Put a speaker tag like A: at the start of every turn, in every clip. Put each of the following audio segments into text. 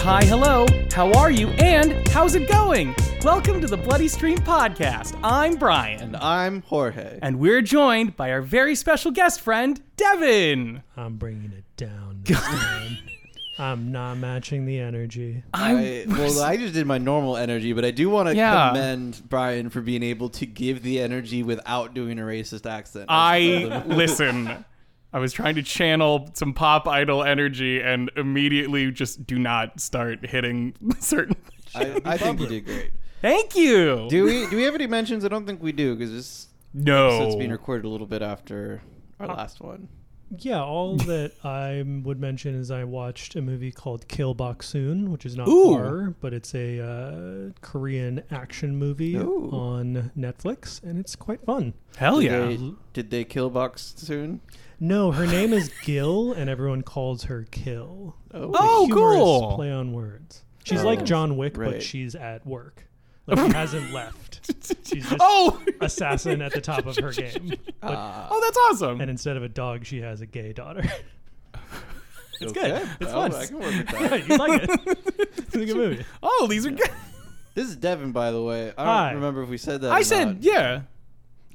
A: hi, hello, how are you, and how's it going? Welcome to the Bloody Stream Podcast. I'm Brian,
B: I'm Jorge.
A: and we're joined by our very special guest friend, Devin.
C: I'm bringing it down. This time. I'm not matching the energy.
B: I, well, I just did my normal energy, but I do want to
A: Yeah.
B: commend Brian for being able to give the energy without doing a racist accent.
A: I listen. I was trying to channel some pop idol energy and immediately just do not start hitting certain.
B: I, I think you did great.
A: Thank you.
B: Do we do we have any mentions? I don't think we do because this
A: no.
B: episode's being recorded a little bit after our last one.
C: Yeah, all that I would mention is I watched a movie called Kill Boksoon, which is not
A: Ooh.
C: horror, but it's a uh, Korean action movie
B: Ooh.
C: on Netflix, and it's quite fun.
A: Hell
B: Did
A: yeah. Mm-hmm.
B: they, did they kill Box soon?
C: No, her name is Gil, and everyone calls her Kill.
A: Oh,
C: Humorous
A: cool.
C: Play on words. She's
B: Oh,
C: like John Wick,
B: right.
C: but she's at work. Like she hasn't left. She's just
A: Oh,
C: assassin at the top of her game.
A: oh, that's awesome.
C: and instead of a dog, she has a gay daughter.
B: it's
C: good. It's
B: well,
C: fun.
B: I can work with that.
C: you like it? It's a good movie.
A: oh, these are good.
B: This is Devin, by the way. I don't
C: Hi.
B: remember if we said that.
A: I
B: or
A: said,
B: not.
A: yeah.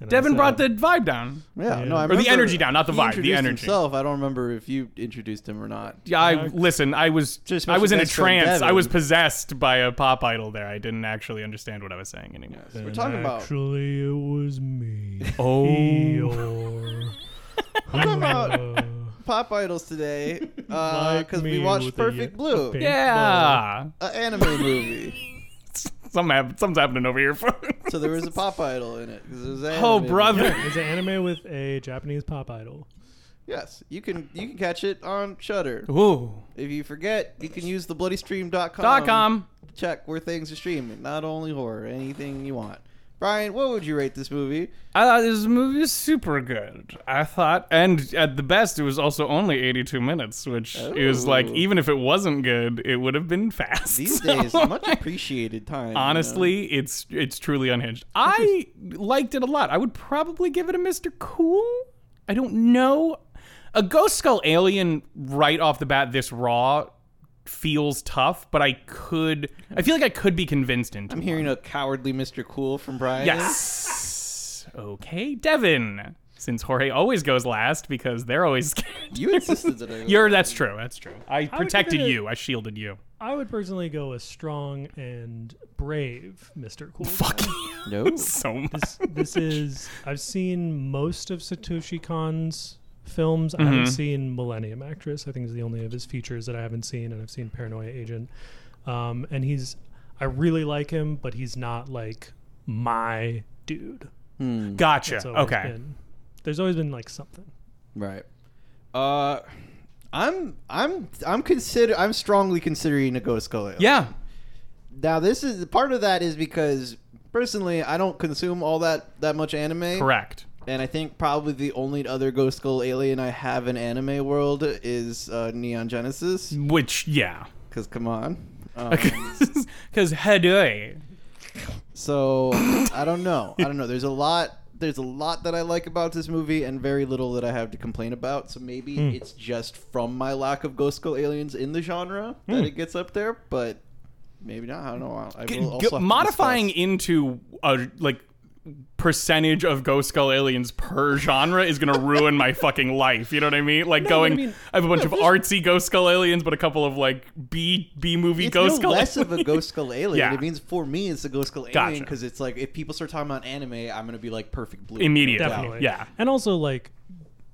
C: And I
A: Devin
C: said,
A: brought the vibe down.
B: Yeah, no, I
C: Or
A: the
B: remember
A: energy down, not the
B: he
A: vibe, the
B: introduced
A: energy.
B: Himself. I don't remember if you introduced him or not.
A: Yeah, I listen. I was
B: Just
A: I was in a
B: best friend
A: trance. I was
B: Devin.
A: possessed by a pop idol. There, I didn't actually understand what I was saying anymore.
B: We're
C: "And
B: talking about
C: Actually, it was me.
A: Oh,
C: Eeyore.
B: talking about
C: Uh,
B: pop idols today because
C: Like
B: we
C: me
B: watched
C: with the
B: Perfect
C: ye-
B: Blue,
C: pink
A: yeah.
B: an anime movie.
A: Some hap- something's happening over here.
B: So there was a pop idol in it. 'cause it was
A: oh,
B: an anime movie.
A: brother.
C: Yeah, it's an anime with a Japanese pop idol.
B: Yes, you can you can catch it on Shutter.
C: Oh.
A: Ooh.
B: If you forget, you can use the bloodystream.com
A: Dot com.
B: to check where things are streaming. Not only horror, anything you want. Brian, what would you rate this movie?
A: I thought this movie was super good. I thought, and at the best, it was also only 82 minutes, which is like,
B: Ooh.
A: even if it wasn't good, it would have been fast.
B: Oh. These
A: So,
B: days, much appreciated time. you know?
A: honestly, it's it's truly unhinged. I liked it a lot. I would probably give it a Mr. Cool. I don't know. A Ghost Skull Alien right off the bat, this raw feels tough, but I could. I feel like I could be convinced into.
B: I'm
A: it.
B: hearing a cowardly Mr. Cool from Brian.
A: Yes. Okay, Devin. Since Jorge always goes last because they're always scared.
B: You insisted that I
A: You're that's true. That's true. I
C: would
A: protected
C: give it a-
A: you. I shielded you.
C: I would personally go with strong and brave, Mr. Cool.
A: Fuck you
B: No.
A: so much.
C: this, this is I've seen most of Satoshi Kon's films. I haven't seen Millennium Actress. I think is the only of his features that I haven't seen, and I've seen Paranoia Agent. Um, and he's I really like him, but he's not like my dude.
A: Gotcha.
C: It's always
A: Okay.
C: been- there's always been like something.
B: Right. Uh, I'm I'm I'm consider I'm strongly considering a ghost skull. Ale.
A: Yeah.
B: Now this is part of that is because personally I don't consume all that that much anime.
A: Correct.
B: And I think probably the only other ghost skull alien I have in anime world is uh, Neon
A: Mm.
B: Genesis.
A: Which yeah.
B: Because come on. Um,
A: Because Hedoy.
B: so I don't know. I don't know. There's a lot. There's a lot that I like about this movie, and very little that I have to complain about. So maybe it's just from my lack of Ghost Skull Aliens in the genre that it gets up there, but maybe not. I don't know. I will also have to
A: modifying
B: discuss.
A: into a like percentage of Ghost Skull Aliens per genre is gonna ruin my fucking life. You know what I mean? Like
C: but I
A: going, I,
C: mean-
A: have a bunch
C: no,
A: of
C: there's-
A: artsy Ghost Skull Aliens, but a couple of like B B movie
B: It's
A: Ghost
B: no
A: Skull.
B: less of a
A: Aliens.
B: Ghost Skull Alien.
A: Yeah.
B: It means for me, it's a Ghost Skull Alien
A: Gotcha.
B: because it's like if people start talking about anime, I'm gonna be like Perfect Blue
A: Immediately.
C: Definitely.
A: Yeah.
C: And also like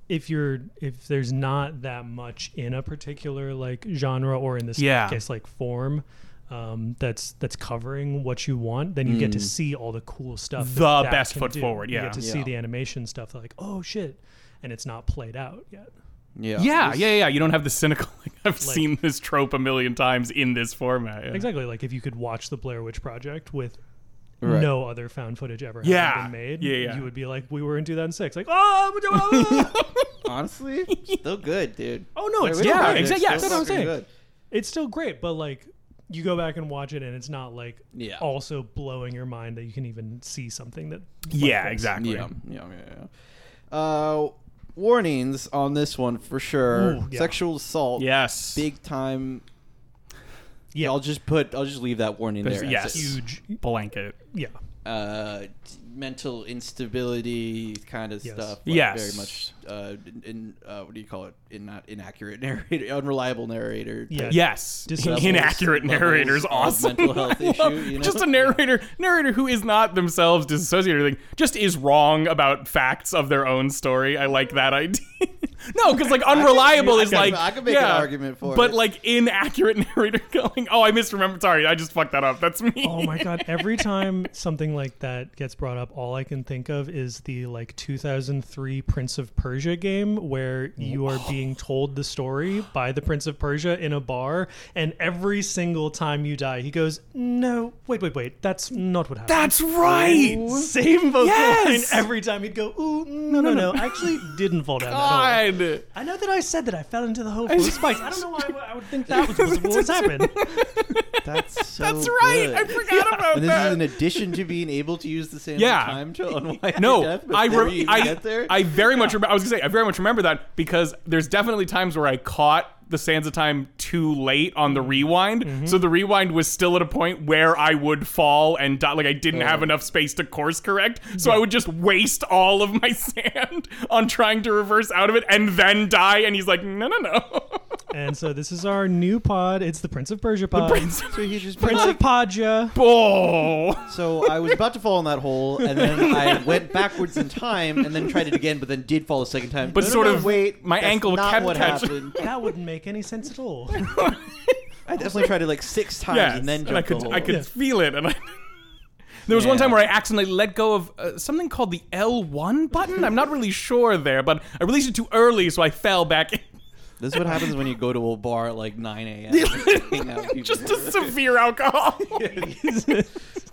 C: if you're if there's not that much in a particular like genre or in this
A: Yeah.
C: case like form um, that's that's covering what you want, then you get to see all the cool stuff. that
A: Mm. The
C: that
A: best
C: can
A: foot
C: do.
A: forward,
C: You
A: yeah.
C: get to see
B: Yeah.
C: the animation stuff. Like oh shit, and it's not played out yet.
B: Yeah.
A: Yeah,
B: This-
A: yeah, yeah. You don't have the cynical. Like, I've
C: Like-
A: seen this trope a million times in this format. Yeah.
C: Exactly. Like if you could watch the Blair Witch Project with.
B: Right.
C: No other found footage ever
A: Yeah.
C: having been made.
A: Yeah, yeah.
C: You would be like, we were in 2006. Like, oh,
B: Honestly, still good, dude.
C: oh no, it's
A: yeah,
C: not.
A: exactly. yeah,
B: Still
A: that's what I'm
B: fucking
A: saying.
B: good.
C: it's still great, but like you go back and watch it and it's not like
B: Yeah.
C: also blowing your mind that you can even see something that like
A: Yeah,
C: this.
A: exactly.
B: Yeah, yeah, yeah. yeah. Uh, warnings on this one for sure.
C: Ooh, yeah.
B: Sexual assault,
A: Yes.
B: big time.
C: Yeah.
B: I'll just put. I'll just leave that warning
A: There's-
B: there. as
A: yes.
B: is.
C: Huge.
A: blanket.
C: Yeah.
B: uh, mental instability kind of
C: Yes.
B: stuff. Like
A: Yes.
B: very much. Uh, in uh, what do you call it? In not inaccurate narrator, unreliable narrator. type
C: Yeah.
A: Yes,
C: Disabilities,
A: inaccurate
B: levels
A: narrators.
B: of
A: Awesome.
B: mental health
A: I love-
B: issue, you know?
A: Just a narrator, narrator who is not themselves disassociated or anything, just is wrong about facts of their own story. I like that idea. no, because like unreliable
B: I
A: is
B: could-
A: like
B: I could make an
A: yeah,
B: argument for
A: but
B: it.
A: like inaccurate narrator going, oh, I misremembered. Sorry, I just fucked that up. That's me.
C: Oh my god! Every time something like that gets brought up, all I can think of is the like 2003 Prince of Persia game, where you are being told the story by the Prince of Persia in a bar, and every single time you die, he goes, "No, wait, wait, wait, that's not what happened."
A: That's right.
C: Same vocal
A: Yes!
C: line every time he'd go, "Ooh, mm, no, no, no, I actually didn't fall down." At all.
A: God.
C: I know that I said that I fell into the whole spikes. I don't know why I would- I would think that was what was happened.
B: That's so
A: That's right.
B: good.
A: I forgot about
B: And this
A: that.
B: is in addition to being able to use the same
A: Yeah.
B: time to unwind.
A: No,
B: death
A: I,
B: before
A: re-
B: you even
A: I,
B: get there.
A: I very much remember. I was gonna say I very much remember that because there's definitely times where I caught the sands of time too late on the rewind.
B: Mm-hmm.
A: So the rewind was still at a point where I would fall and die. Like I didn't have enough space to course correct, so I would just waste all of my sand on trying to reverse out of it and then die. And he's like, no, no, no.
C: And so this is our new pod. It's the Prince of Persia pod.
A: Prince,
B: so he just
C: Prince of Podja.
A: oh,
B: So I was about to fall in that hole, and then I went backwards in time, and then tried it again, but then did fall a second time.
A: But
B: No, no,
A: sort
B: no,
A: of
B: wait,
A: my
B: that's
A: ankle
B: not
A: kept
B: what
A: catching-
B: happened.
C: That wouldn't make any sense at all.
B: I definitely tried it like six times,
A: yes.
B: and then
A: And I
B: jumped
A: could,
B: the hole.
A: I could
C: Yeah.
A: feel it, and I. There was one
B: Yeah.
A: time where I accidentally let go of uh, something called the L1 button. I'm not really sure there, but I released it too early, so I fell back.
B: This is what happens when you go to a bar at like 9 a.m. and hang out with people.
A: Just a severe alcohol.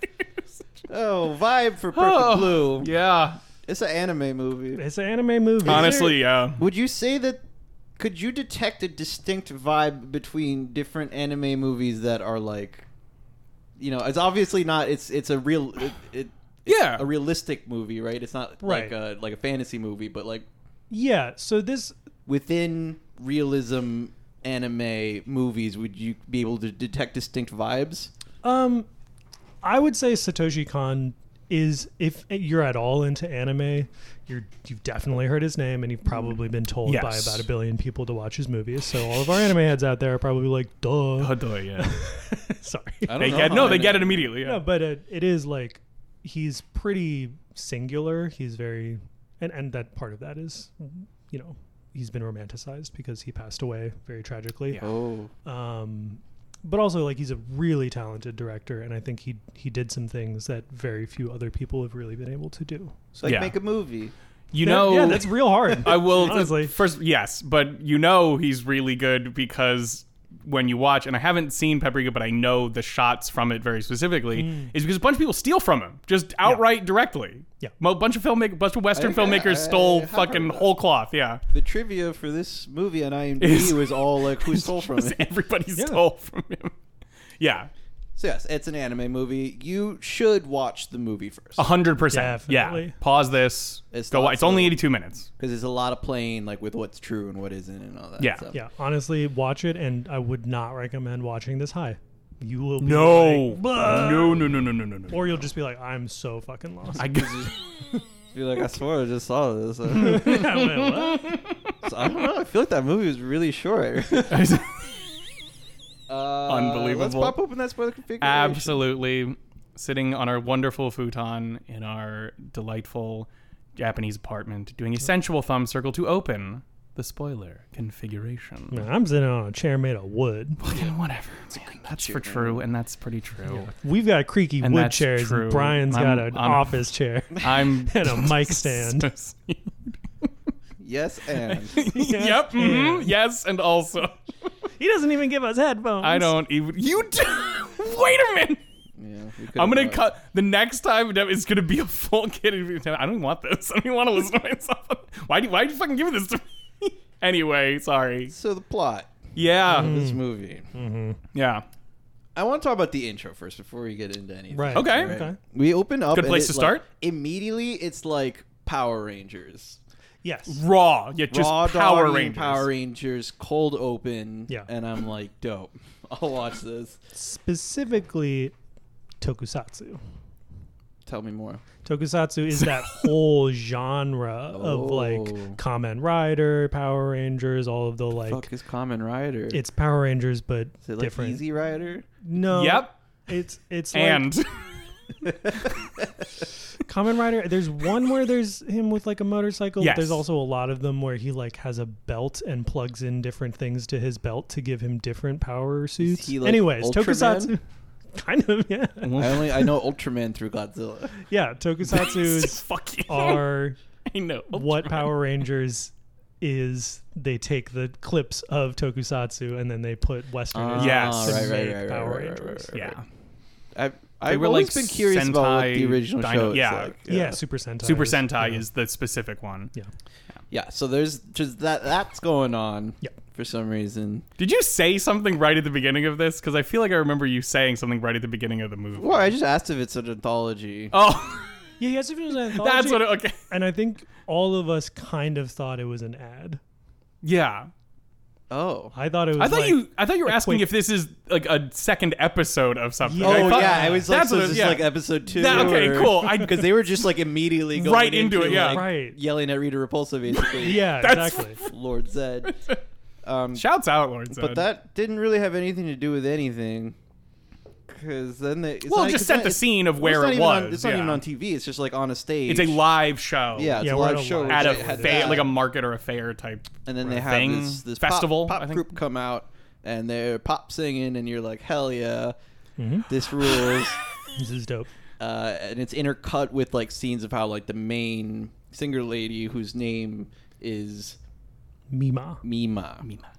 B: oh, vibe for Perfect
A: Oh.
B: Blue.
A: yeah.
B: It's an anime movie.
C: It's an anime movie.
A: Honestly, uh, yeah.
B: Would you say that? Could you detect a distinct vibe between different anime movies that are like, you know, it's obviously not. It's it's a real. It, it, it's
A: Yeah.
B: a realistic movie, right? It's not like
C: Right.
B: a like a fantasy movie, but like
C: Yeah. So this
B: within realism anime movies, would you be able to detect distinct vibes?
C: Um, I would say Satoshi Kon is if you're at all into anime, you're you've definitely heard his name and you've probably been told by
A: Yes.
C: about a billion people to watch his movies. So all of our anime heads out there are probably like, duh.
A: yeah.
C: Sorry.
B: I don't
A: They
B: know
A: get
B: how
A: no, they
B: many-
A: get it immediately. uh, Yeah.
C: No, but it, it is like he's pretty singular. He's very and and that part of that is, you know, he's been romanticized because he passed away very tragically.
A: Yeah.
B: Oh,
C: um, but also like he's a really talented director, and I think he he did some things that very few other people have really been able to do.
B: it's like
A: Yeah.
B: make a movie.
A: you
C: That-
A: know,
C: yeah, that's real hard.
A: I will
C: honestly.
A: first yes, but you know he's really good because when you watch, and I haven't seen Paprika, but I know the shots from it very specifically, is because a bunch of people steal from him just outright directly.
C: Mm. Yeah.
A: Mo- a bunch of filmmakers, bunch of Western
B: I- I-
A: filmmakers stole
B: I have
A: fucking
B: heard that.
A: whole cloth. Yeah,
B: The trivia for this movie on
A: Is-
B: IMDb was all like who stole from it.
A: everybody stole from him. Yeah,
B: So yes, it's an anime movie. You should watch the movie first
A: a hundred percent. Yeah,
C: Definitely.
A: pause this.
B: It's
A: go. wa-
B: not
A: It's only
B: so-
A: eighty-two minutes.
B: because there's a lot of playing like with what's true and what isn't and all that.
A: Yeah.
B: stuff.
C: yeah, honestly, watch it, and I would not recommend watching this high. You will be
A: No,
C: like, "Bleh,"
A: no, no, no, no, no, no, no.
C: or you'll just be like, I'm so fucking lost.
A: I
B: You're like, I swear I just saw this. I don't know. I feel like that movie was really short.
A: guess.
B: Uh, Let's
A: Unbelievable.
B: pop open that spoiler configuration.
A: Absolutely. Sitting on our wonderful futon in our delightful Japanese apartment, doing a sensual thumb circle to open the spoiler configuration.
C: Man, I'm sitting on a chair made of wood.
A: Fucking whatever. man. that's for true, and that's pretty true.
C: We've got creaky
A: And
C: wood
A: that's
C: chairs,
A: true.
C: and Brian's
A: I'm-
C: got an
A: I'm-
C: office chair.
A: I'm
C: And a mic stand.
B: Yes, and
A: yep. mhm, Yes, and also
C: He doesn't even give us headphones.
A: I don't even. You. Do, wait a minute.
B: yeah, we
A: I'm gonna
B: could've watched.
A: cut the next time. Dev, It's gonna be a full kid. interview. I don't even want this. I don't even want to listen to myself. Why do Why do you fucking give this to me? anyway, sorry.
B: So the plot
A: Yeah,
C: Mm-hmm.
B: of this movie.
A: yeah.
B: I want to talk about the intro first before we get into anything.
C: Right.
A: Okay.
C: Okay.
B: We open up.
A: Good
B: and
A: place
B: it,
A: to
B: like,
A: start.
B: immediately, it's like Power Rangers.
C: Yes.
A: raw, yet just
B: Raw
A: Power
B: Dog eating
A: Rangers.
B: Power Rangers cold open.
C: Yeah.
B: And I'm like, dope. I'll watch this.
C: Specifically, tokusatsu.
B: Tell me more.
C: Tokusatsu is that whole genre of
B: Oh.
C: like Kamen Rider, Power Rangers, all of the like.
B: Fuck is Common Rider?
C: It's Power Rangers, but
B: is it like
C: different.
B: Easy Rider?
C: No.
A: Yep.
C: It's it's like
A: And
C: Kamen Rider. There's one where there's him with like a motorcycle. but
A: Yes.
C: There's also a lot of them where he like has a belt and plugs in different things to his belt to give him different power suits.
B: he, like,
C: Anyways,
B: Ultraman?
C: Tokusatsu. Kind of, yeah.
B: I only I know Ultraman through Godzilla.
C: Yeah, Tokusatsu
A: fuck you.
C: are
A: I know.
C: what Power Rangers is. They take the clips of Tokusatsu and then they put Western.
B: Ah,
C: influence
A: Yes.
C: and
A: right,
B: right,
C: make
B: right, right,
C: Power
B: right, right,
C: Rangers.
B: right,
A: Yeah.
B: I've
A: They
B: I've
A: were,
B: always
A: like,
B: been curious about what the
A: Sentai
B: original
A: dino-
B: show is
A: yeah.
B: like.
C: Yeah. Super Sentai.
A: Super
C: is-
A: Sentai
C: yeah.
A: is the specific one.
C: Yeah.
B: Yeah, so there's just that that's going on.
C: Yeah.
B: For some reason.
A: Did you say something right at the beginning of this? Because I feel like I remember you saying something right at the beginning of the movie.
B: Well, I just asked if it's an anthology.
A: Oh,
C: Yeah, yes, if it was an anthology.
A: that's what. It, okay.
C: and I think all of us kind of thought it was an ad.
A: Yeah.
B: Oh.
C: I thought it was.
A: I thought
C: like-
A: you. I thought you were asking
C: quick-
A: if this is like a second episode of something.
C: Yeah.
A: I
B: Oh
A: thought-
B: yeah, I was like,
A: That's
B: so
A: what
B: this
A: it-
B: is
A: yeah.
B: like episode two.
A: That- okay, cool. I-
B: Because they were just like immediately going
A: Right into it, yeah.
B: like,
C: Right.
B: yelling at Rita Repulsa basically.
C: Yeah,
A: That's-
C: exactly.
B: Lord Zed. Um,
A: Shouts out, Lord.
B: but
A: Zed.
B: that didn't really have anything to do with anything. Because then they it's
A: Well,
B: not-
A: it just
B: 'cause
A: set
B: not-
A: the
B: it's-
A: scene of
B: well, it's
A: where
B: not
A: it
B: even on-
A: was.
B: it's not
A: yeah.
B: even on TV. It's just like on a stage.
A: It's a live show.
B: Yeah, it's
C: Yeah,
B: a
C: we're
B: live
C: at a
B: show.
C: live
B: which
A: at a
B: they had
A: fair,
B: that.
A: like a market or a fair type.
B: and then they have
A: thing,
B: this, this pop-
A: festival
B: pop,
A: I think.
B: group come out and they're pop singing and you're like hell yeah
A: Mm-hmm.
B: this rules
C: This is dope.
B: uh, and it's intercut with like scenes of how like the main singer lady whose name is
C: Mima.
B: Mima, Mima.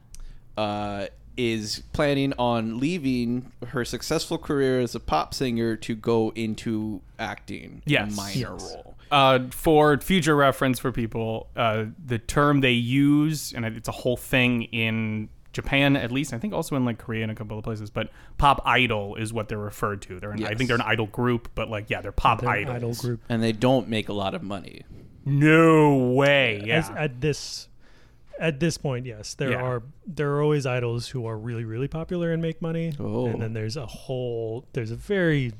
B: Uh, is planning on leaving her successful career as a pop singer to go into acting in
A: Yes.
B: a minor
C: Yes.
B: role
A: Uh, for future reference for people, uh, the term they use, and it's a whole thing in Japan, at least, I think also in like Korea and a couple of places, but pop idol is what they're referred to. They're an, I
B: Yes.
A: think they're an idol group, but like, yeah, they're pop
C: Their
A: idols.
C: idol group.
B: and they don't make a lot of money
A: No way. Yeah.
C: As, at this. At this point, yes, there
A: Yeah.
C: are there are always idols who are really really popular and make money,
B: Oh.
C: and then there's a whole there's a very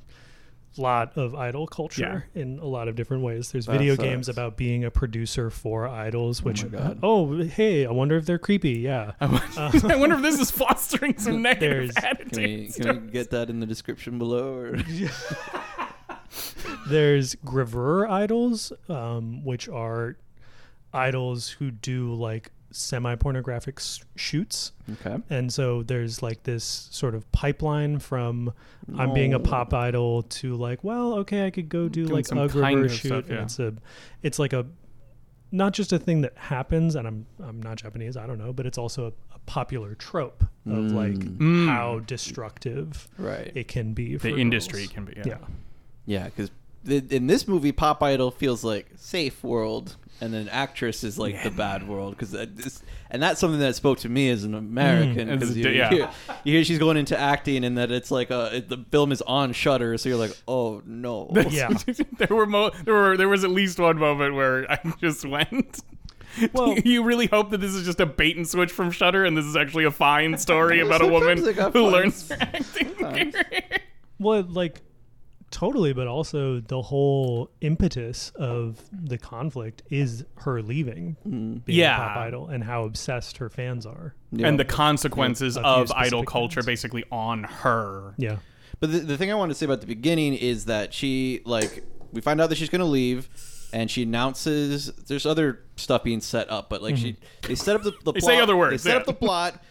C: lot of idol culture in a lot of different ways. There's video
B: sucks.
C: games about being a producer for idols, which
B: God.
C: oh hey, I wonder if they're creepy. Yeah,
A: I wonder if this is fostering some negative
C: There's-
B: can we,
A: attitudes.
B: can we get that in the description below or
C: There's gravure idols, um, which are idols who do like semi pornographic s- shoots.
B: okay
C: And so there's like this sort of pipeline from I'm being a
B: No.
C: pop idol to like, well, okay, I could go do
A: Oh. Doing
C: like
A: some
C: a
A: kind
C: gravure
A: of
C: shoot.
A: stuff,
C: and
A: yeah.
C: it's a, it's like a, not just a thing that happens. And I'm I'm not Japanese, I don't know, but it's also a, a popular trope of like
A: Mm.
C: how destructive
B: right
C: it can be. For
A: The
C: girls.
A: industry can be. Yeah.
C: yeah.
B: Yeah, because in this movie, Pop Idol feels like safe world, and then actress is like the bad world. Because and that's something that spoke to me as an American.
A: Mm, As
B: Because
A: a-
B: you,
A: yeah.
B: hear, you hear she's going into acting, and that it's like a, it- the film is on Shutter, so you're like, oh no.
C: Yeah.
A: there were mo- there were there was at least one moment where I just went.
C: Well-
A: you really hope that this is just a bait and switch from Shutter, and this is actually a fine story about a woman
B: Sometimes they got
A: who
B: fun.
A: learns her acting
C: Uh,
A: career.
C: Well, like totally, but also the whole impetus of the conflict is her leaving being a
A: Yeah.
C: Pop Idol and how obsessed her fans are.
B: Yeah.
A: and the consequences
C: A few
A: of
C: specific
A: idol culture
C: ones.
A: basically on her.
C: Yeah.
B: But the, the thing I wanted to say about the beginning is that she like we find out that she's gonna leave, and she announces there's other stuff being set up, but like she they set up the,
A: Mm-hmm.
B: the
A: They
B: plot,
A: say other words,
B: they set
A: yeah.
B: up the plot,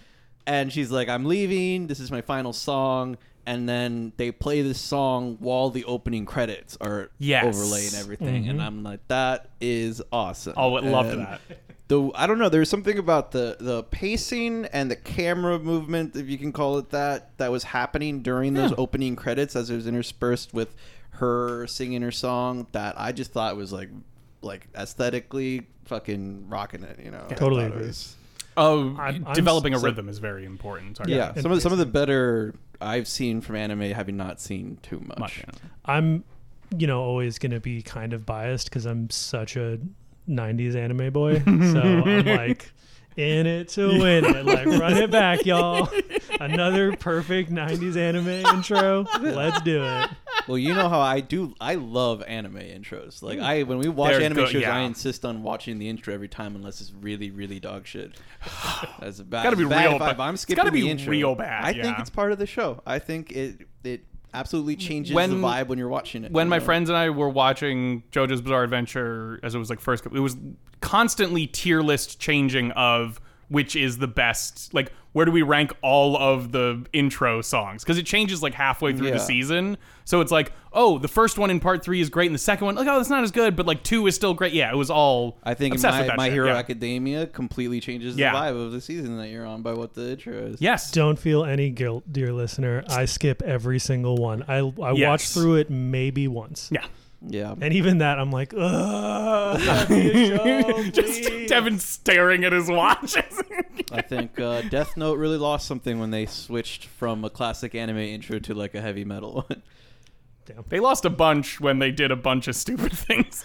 B: and she's like I'm leaving. This is my final song, and then they play this song while the opening credits are
A: Yes. Mm-hmm.
B: overlaying everything, and I'm like that is awesome.
A: Oh, I love
B: And
A: that.
B: The, I don't know. There's something about the, the pacing and the camera movement, if you can call it that, that was happening during those opening credits as it was interspersed with her singing her song. That I just thought was like, like aesthetically fucking rocking it. You know, I
C: Totally
B: thought it
C: agree.
B: was-
A: Oh,
C: I'm- I'm
A: developing a
C: so-
A: rhythm is very important. Sorry.
B: Yeah,
C: and
B: some of the, some of the better I've seen from anime, having not seen too much.
A: Much.
C: I'm, you know, always going to be kind of biased because I'm such a '90s anime boy, so I'm like in it to win it. Like run it back, y'all. Another perfect '90s anime intro. Let's do it.
B: Well, you know how I do. I love anime intros. Like I, when we watch
A: They're
B: anime
A: good,
B: shows,
A: yeah.
B: I insist on watching the intro every time, unless it's really, really dog shit. That's about
A: Gotta be
B: bad
A: real
B: if I-
A: ba-
B: if I'm
A: it's
B: skipping
A: gotta be
B: the intro.
A: real bad,
B: I think
A: yeah.
B: it's part of the show. I think it it absolutely changes
A: When-
B: the vibe when you're watching it.
A: when
B: you
A: my
B: know?
A: friends and I were watching JoJo's Bizarre Adventure, as it was like first, it was constantly tier list changing of which is the best. Like, where do we rank all of the intro songs? Because it changes like halfway through
B: Yeah.
A: the season. So it's like, oh, the first one in part three is great, and the second one, like, oh, it's not as good, but like two is still great. Yeah, it was all.
B: I think
A: obsessed with
B: my,
A: that
B: my
A: shit,
B: Hero
A: yeah.
B: Academia completely changes the
A: Yeah.
B: vibe of the season that you're on by what the intro is.
A: Yes.
C: Don't feel any guilt, dear listener. I skip every single one. I I watch
A: Yes.
C: through it maybe once.
A: Yeah.
B: Yeah.
C: And even that, I'm like, ugh. that'd be a show,
A: Just
C: please."
A: Devin staring at his watch.
B: I think uh, Death Note really lost something when they switched from a classic anime intro to like a heavy metal one.
A: they lost a bunch when they did a bunch of stupid things.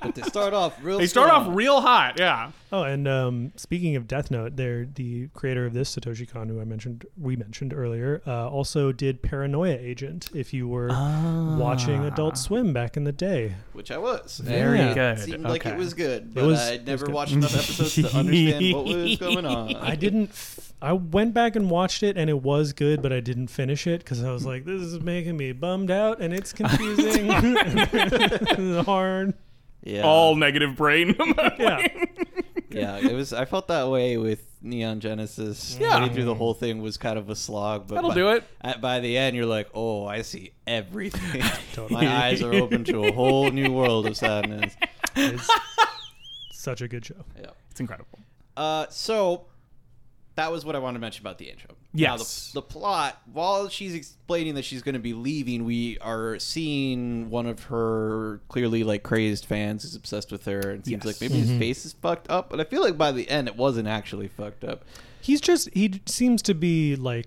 B: But they start off real.
A: they start off
B: strong.
A: real hot. Yeah.
C: Oh, and um, speaking of Death Note, they're the creator of this Satoshi Kon, who I mentioned, we mentioned earlier, uh, also did Paranoia Agent. If you were
A: Ah.
C: watching Adult Swim back in the day,
B: which I was.
A: Very
B: And
A: good.
B: It seemed like
A: Okay.
B: it was good, but
C: was-
B: I'd
C: it
B: never
C: was good.
B: watched enough episodes to understand what was going on.
C: I didn't. F- I went back and watched it, and it was good, but I didn't finish it because I was like, "This is making me bummed out, and it's confusing, and hard."
B: yeah,
A: all negative brain.
C: Yeah,
B: yeah, it was. I felt that way with Neon Genesis.
A: Yeah.
B: Getting through the whole thing was kind of a slog, but
A: That'll
B: by,
A: do it.
B: At, by the end, you're like, oh, I see everything.
C: Totally.
B: My eyes are open to a whole new world of sadness.
C: it's such a good show.
B: Yeah.
A: it's incredible.
B: Uh, so that was what I wanted to mention about the intro. Now,
A: Yes.
B: the, the plot, while she's explaining that she's going to be leaving, we are seeing one of her clearly like crazed fans who's obsessed with her and seems
A: Yes. Mm-hmm.
B: like maybe his face is fucked up. But I feel like by the end, it wasn't actually fucked up.
C: He's just he d- seems to be like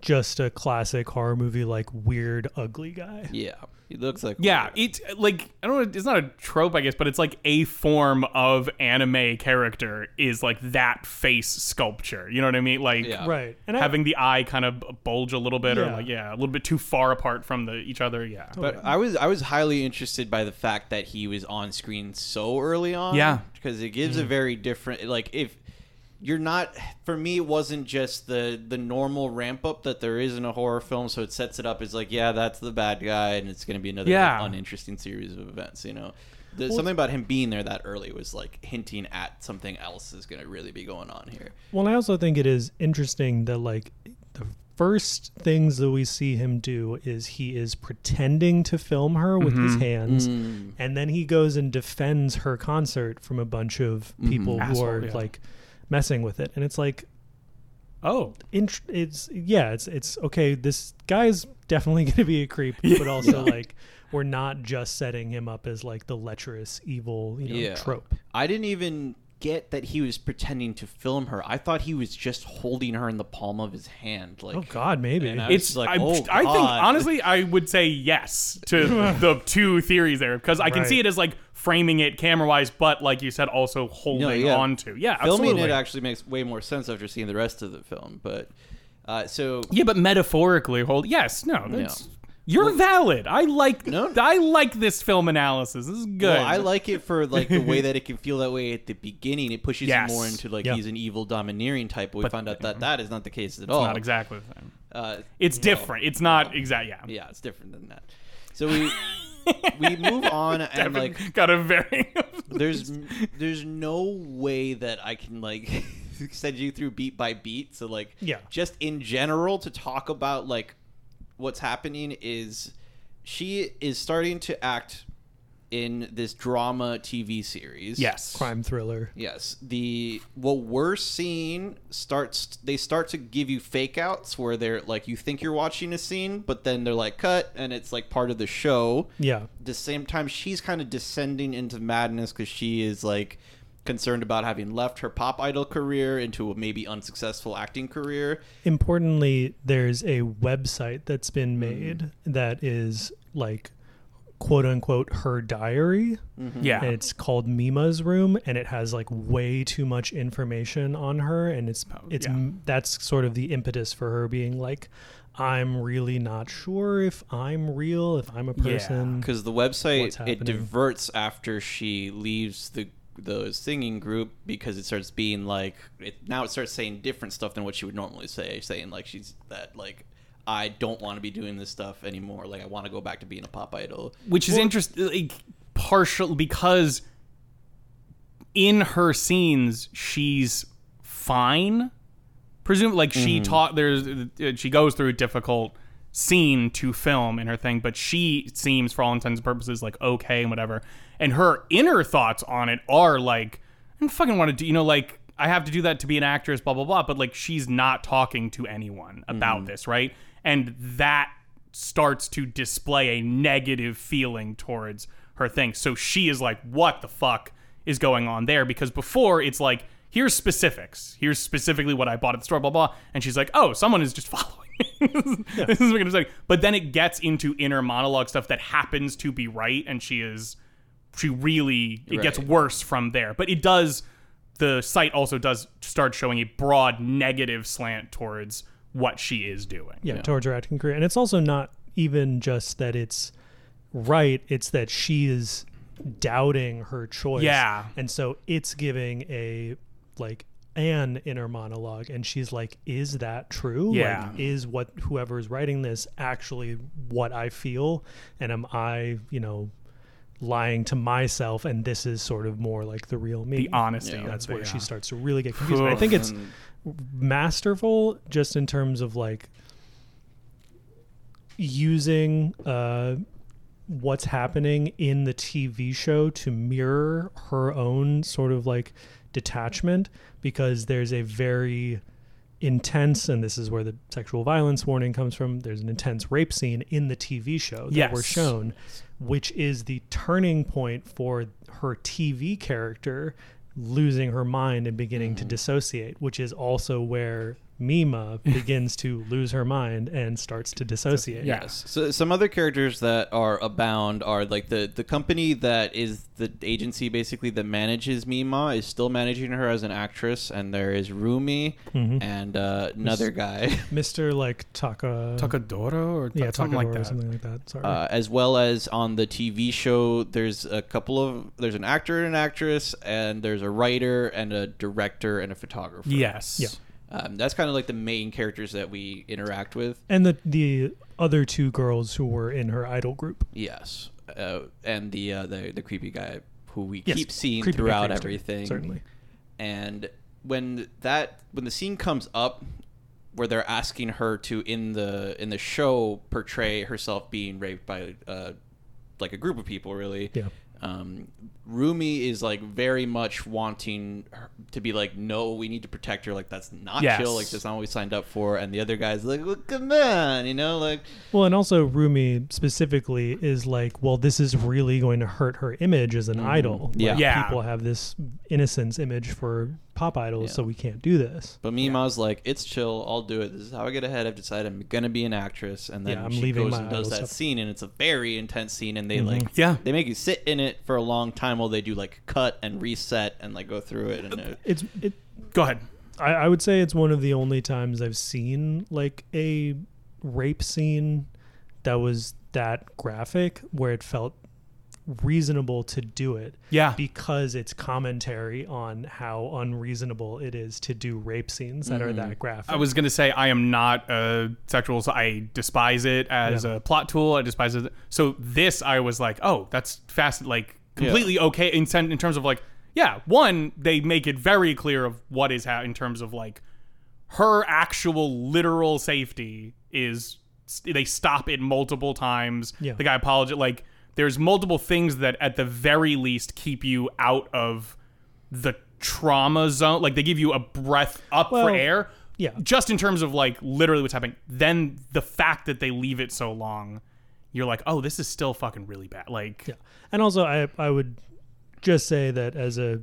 C: just a classic horror movie like weird ugly guy.
B: Yeah. He looks like.
A: Yeah, it's like I don't know. It's not a trope, I guess, but it's like a form of anime character is like that face sculpture. You know what I mean? Like
B: Yeah.
C: Right. And I,
A: having the eye kind of bulge a little bit, or
C: Yeah.
A: like yeah, a little bit too far apart from the each other. Yeah,
B: But I was I was highly interested by the fact that he was on screen so early on.
A: Yeah. Mm.
B: because it gives a very different like if you're not for me it wasn't just the the normal ramp up that there is in a horror film so it sets it up as like yeah that's the bad guy and it's going to be another like,
A: Yeah.
B: uninteresting series of events you know There's something about him being there that early was like hinting at something else is going to really be going on here
C: well, I also think it is interesting that like the first things that we see him do is he is pretending to film her with his hands and then he goes and defends her concert from a bunch of people who
A: Asshole,
C: are
A: yeah.
C: like messing with it. And it's like
A: oh,
C: int- it's yeah, it's it's okay. This guy's definitely going to be a creep, but also like we're not just setting him up as like the lecherous, evil, you know,
B: Yeah.
C: trope.
B: I didn't even get that he was pretending to film her I thought he was just holding her in the palm of his hand like
C: Oh God, maybe.
B: And I was
A: it's
B: just like,
A: I,
B: oh,
A: I think
B: God.
A: honestly I would say yes to the two theories there because I can
C: Right.
A: see it as like framing it camera wise, but like you said, also holding
B: yeah.
A: on to yeah,
B: filming
A: absolutely.
B: it actually makes way more sense after seeing the rest of the film. But uh, so
A: Yeah, but metaphorically, hold. Yes, no, that's you're valid. I like
B: No.
A: I like this film analysis. This is good.
B: well, I like it for like the way that it can feel that way at the beginning. It pushes
A: Yes. Mhm.
B: you more into like
C: Yeah.
B: he's an evil domineering type. But we find out that that is not the case at all.
A: not exactly the same.
B: uh,
A: It's different. It's not exact. Yeah,
B: yeah, it's different than that. So we we move on and like
A: got a very
B: there's there's no way that I can like send you through beat by beat. So like
C: Yeah.
B: just in general to talk about like what's happening is she is starting to act in this drama TV series.
A: yes.
C: Crime thriller.
B: Yes. The what we're seeing starts they start to give you fake outs where they're like you think you're watching a scene, but then they're like cut and it's like part of the show
C: Yeah.
B: the same time she's kind of descending into madness because she is like concerned about having left her pop idol career into a maybe unsuccessful acting career
A: Mm.
C: Importantly, there's a website that's been made that is like quote unquote her diary.
A: Yeah.
C: And it's called Mima's Room, and it has like way too much information on her, and it's it's
A: Oh, yeah.
C: m that's sort of the impetus for her being like, I'm really not sure if I'm real, if I'm a
A: Yeah.
C: person.
B: because the
C: What's
B: website
C: happening.
B: it diverts after she leaves the the singing group because it starts being like it now it starts saying different stuff than what she would normally say saying like she's that like i don't want to be doing this stuff anymore like i want to go back to being a pop idol
A: which is interesting like, partial because in her scenes she's fine presumably like she taught there's uh, she goes through a difficult scene to film in her thing but she seems for all intents and purposes like okay and whatever and her inner thoughts on it are like i don't fucking want to do you know like i have to do that to be an actress blah blah blah but like she's not talking to anyone about this right and that starts to display a negative feeling towards her thing so she is like what the fuck is going on there because before it's like here's specifics here's specifically what i bought at the store blah blah and she's like oh someone is just following me this is what I'm saying. but then it gets into inner monologue stuff that happens to be right and she is she really it gets
B: Right.
A: worse from there but it does the site also does start showing a broad negative slant towards what she is doing
C: yeah, towards her acting career. And it's also not even just that it's right, it's that she is doubting her choice.
A: Yeah.
C: And so it's giving a like an inner monologue and she's like, Is that true?
A: Yeah.
C: Like, is what whoever is writing this actually what I feel? And am I, you know, lying to myself and this is sort of more like the real me.
A: the honesty
C: And
A: of
C: that's
A: it,
C: where
A: yeah.
C: she starts to really get confused. And I
A: Oof.
C: think it's masterful just in terms of like using uh, what's happening in the TV show to mirror her own sort of like detachment because there's a very intense and this is where the sexual violence warning comes from there's an intense rape scene in the TV show that
A: Yes.
C: we're shown which is the turning point for her TV character losing her mind and beginning to dissociate which is also where Mima begins to lose her mind and starts to dissociate
A: Yeah.
B: Yes. So some other characters that are abound are like the the company that is the agency basically that manages Mima is still managing her as an actress, and there is Rumi and uh, another guy,
C: Mr. like Taka
A: Takadoro or
C: yeah,
A: something like
C: Takadora or
A: that.
C: something like that. Sorry.
B: uh, as well as on the TV show. There's a couple of there's an actor and an actress, and there's a writer and a director and a photographer.
A: Yes.
C: Yeah.
B: Um, that's kind of like the main characters that we interact with.
C: and the the other two girls who were in her idol group.
B: Yes, uh, and the, uh, the the creepy guy who we
C: Yes,
B: keep seeing
C: creepy big
B: throughout
C: gangster,
B: everything.
C: certainly.
B: And when that when the scene comes up where they're asking her to in the in the show portray herself being raped by uh, like a group of people, really.
C: Yeah.
B: Um, Rumi is like very much wanting her to be like, no, we need to protect her. Like that's not
A: Yes.
B: chill. Like that's not what we signed up for. And the other guy's like, well, come on, you know, like
C: Well, and also Rumi specifically is like, well, this is really going to hurt her image as an idol.
B: Yeah.
C: Like,
A: Mm-hmm. Yeah.
C: People have this innocence image for pop idols, so we can't do this.
B: But Mima's like, it's chill. I'll do it. This is how I get ahead. I've decided I'm gonna be an actress, and then
C: Yeah, I'm
B: she
C: leaving
B: goes
C: my Mm-hmm.
B: and does
C: idol
B: that
C: stuff.
B: scene, and it's a very intense scene, and they like,
A: Yeah.
B: they make you sit in it for a long time while they do like cut and reset and like go through it. And it,
C: It's it.
A: Go ahead.
C: I, I would say it's one of the only times I've seen like a rape scene that was that graphic where it felt reasonable to do it.
A: Yeah.
C: because it's commentary on how unreasonable it is to do rape scenes that are that graphic.
A: Mm-hmm. I was gonna say I am not a sexual. so I despise it as
C: Yeah.
A: a plot tool. I despise it. So this, I was like, oh, that's fast. Like completely okay in sen- in terms of like, yeah. One, they make it very clear of what is how in terms of like her actual literal safety is they stop it multiple times.
C: Yeah.
A: The guy apologized. Like there's multiple things that at the very least keep you out of the trauma zone. Like they give you a breath up for
C: Well,
A: air.
C: yeah.
A: Just in terms of like literally what's happening. Then the fact that they leave it so long, you're like, oh, this is still fucking really bad. Like
C: yeah. And also, I I would just say that as a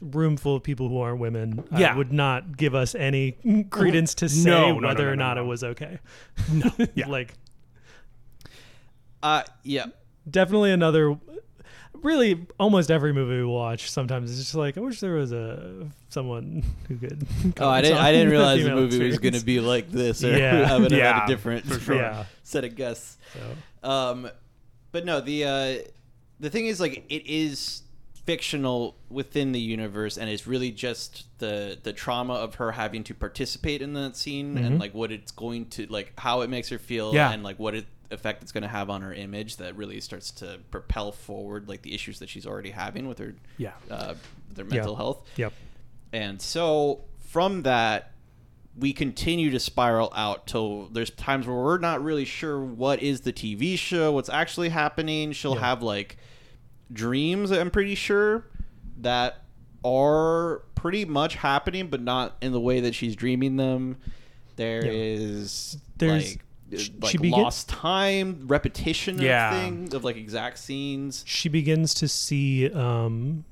C: room full of people who aren't women,
A: Yeah.
C: I would not give us any credence to say
A: No, no, no,
C: whether
A: no,
C: or
A: no,
C: not
A: no.
C: it was okay. No,
A: yeah.
C: like
B: uh, yeah,
C: definitely another. Really, almost every movie we watch, sometimes it's just like I wish there was a someone who could.
B: Oh, I
C: comment
B: didn't. I
C: on
B: didn't
C: the
B: realize the
C: female
B: movie was going
C: experience.
B: to be like this, or
C: Yeah.
B: I would have
A: Yeah,
B: had a different
A: for sure.
C: Yeah.
B: set of guests.
C: So.
B: Um, but no, the uh, the thing is, like, it is fictional within the universe, and it's really just the the trauma of her having to participate in that scene, and like what it's going to like, how it makes her feel,
A: Mm-hmm. Yeah.
B: and like what it effect it's going to have on her image that really starts to propel forward like the issues that she's already having with her
A: Yeah.
B: uh, their mental health
C: Yep.
B: and so from that, we continue to spiral out till there's times where we're not really sure what is the TV show, what's actually happening. She'll
C: Yeah.
B: have like dreams, I'm pretty sure, that are pretty much happening, but not in the way that she's dreaming them. There
C: Yeah.
B: is
C: There's-
B: like,
C: sh-
B: like
C: she begin-
B: lost time, repetition
A: Yeah.
B: of things, of like exact scenes.
C: she begins to see um,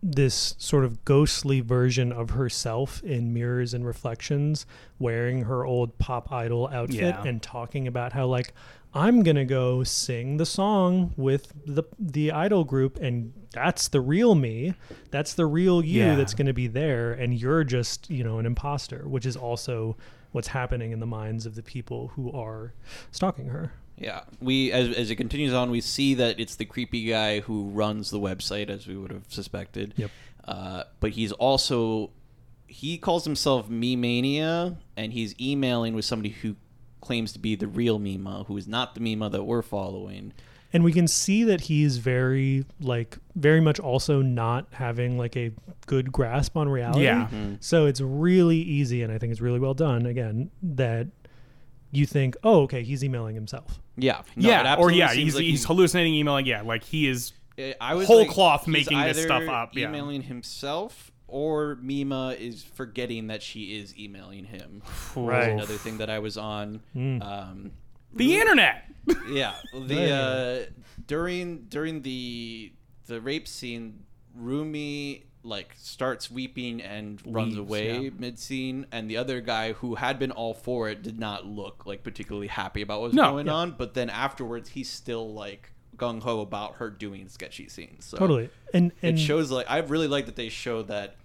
C: this sort of ghostly version of herself in mirrors and reflections, wearing her old pop idol outfit
A: Yeah.
C: and talking about how like I'm gonna go sing the song with the the idol group, and that's the real me, that's the real you
A: Yeah.
C: that's gonna be there, and you're just you know an imposter, which is also what's happening in the minds of the people who are stalking her.
B: Yeah, we as as it continues on, we see that it's the creepy guy who runs the website, as we would have suspected.
C: Yep.
B: Uh, but he's also he calls himself Memania, and he's emailing with somebody who claims to be the real Mima, who is not the Mima that we're following.
C: and we can see that he's very like very much also not having like a good grasp on reality
A: Yeah.
B: Mm-hmm.
C: so it's really easy and i think it's really well done again that you think oh okay he's emailing himself
B: Yeah. No, it
A: yeah, or
B: absolutely
A: yeah,
B: seems
A: he's,
B: like
A: he's
B: he-
A: hallucinating emailing. Yeah, like he is.
B: Uh, I was
A: whole
B: like,
A: cloth
B: he's
A: making this
B: either
A: stuff up, yeah.
B: Emailing himself, or Mima is forgetting that she is emailing him.
C: Right.
B: Another thing that I was on.
A: Hmm.
B: Um,
A: The internet.
B: yeah, well, the uh, during during the the rape scene, Rumi like starts weeping and runs
A: Leaves,
B: away
A: yeah.
B: mid scene, and the other guy who had been all for it did not look like particularly happy about what was
A: No,
B: going
A: yeah.
B: on. But then afterwards, he's still like gung ho about her doing sketchy scenes. So
C: totally and and
B: it shows like I really like that they show that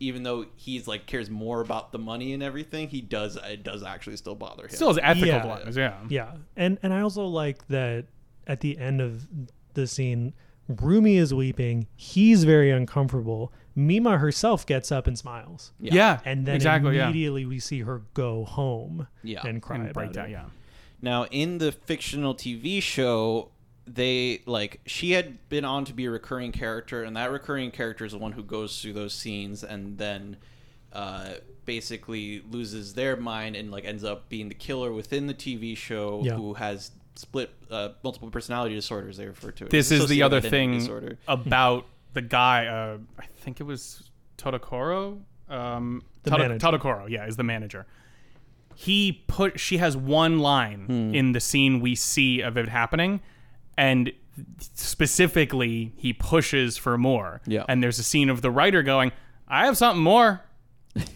B: even though he's like cares more about the money and everything, he does it does actually still bother him.
A: Still has ethical
C: Yeah.
A: blinders. Yeah.
C: yeah and and i also like that at the end of the scene rumi is weeping he's very uncomfortable mima herself gets up and smiles
A: Yeah.
C: and then
A: exactly. Yeah.
C: immediately we see her go home
B: Yeah.
C: and cry
A: And
C: about
A: break down.
C: it.
A: Yeah.
B: Now, in the fictional TV show, they like she had been on to be a recurring character, and that recurring character is the one who goes through those scenes and then uh, basically loses their mind and like ends up being the killer within the TV show
C: Yeah.
B: who has split uh, multiple personality disorders. They refer to it.
A: This
B: as
A: is the other
B: dissociative
A: thing
B: identity disorder.
A: about the guy. Uh, I think it was Todokoro. Um,
C: The
A: Todo-
C: manager.
A: Todokoro, yeah, is the manager. He put. She has one line in the scene we see of it happening, and specifically, he pushes for more.
B: Yeah.
A: And there's a scene of the writer going, "I have something more."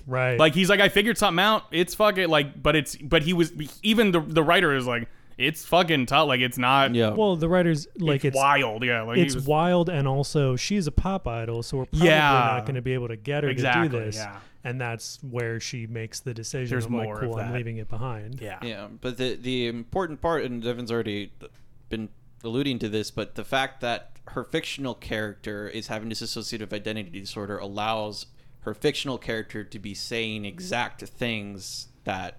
C: Right.
A: Like he's like, I figured something out. It's fucking like, but it's but he was even the the writer is like, it's fucking tough. Like it's not.
B: Yeah.
C: well, the writers like it's it's,
A: wild. Yeah, like he was-
C: wild, and also she's a pop idol, so we're probably
A: Yeah.
C: not going to be able to get her
A: Exactly,
C: to do this.
A: yeah.
C: And that's where she makes the decision.
A: There's
C: I'm like,
A: more of
C: cool, I'm
A: that.
C: leaving it behind.
A: yeah.
B: Yeah, but the the important part, and Devin's already been alluding to this, but the fact that her fictional character is having dissociative identity disorder allows her fictional character to be saying exact things that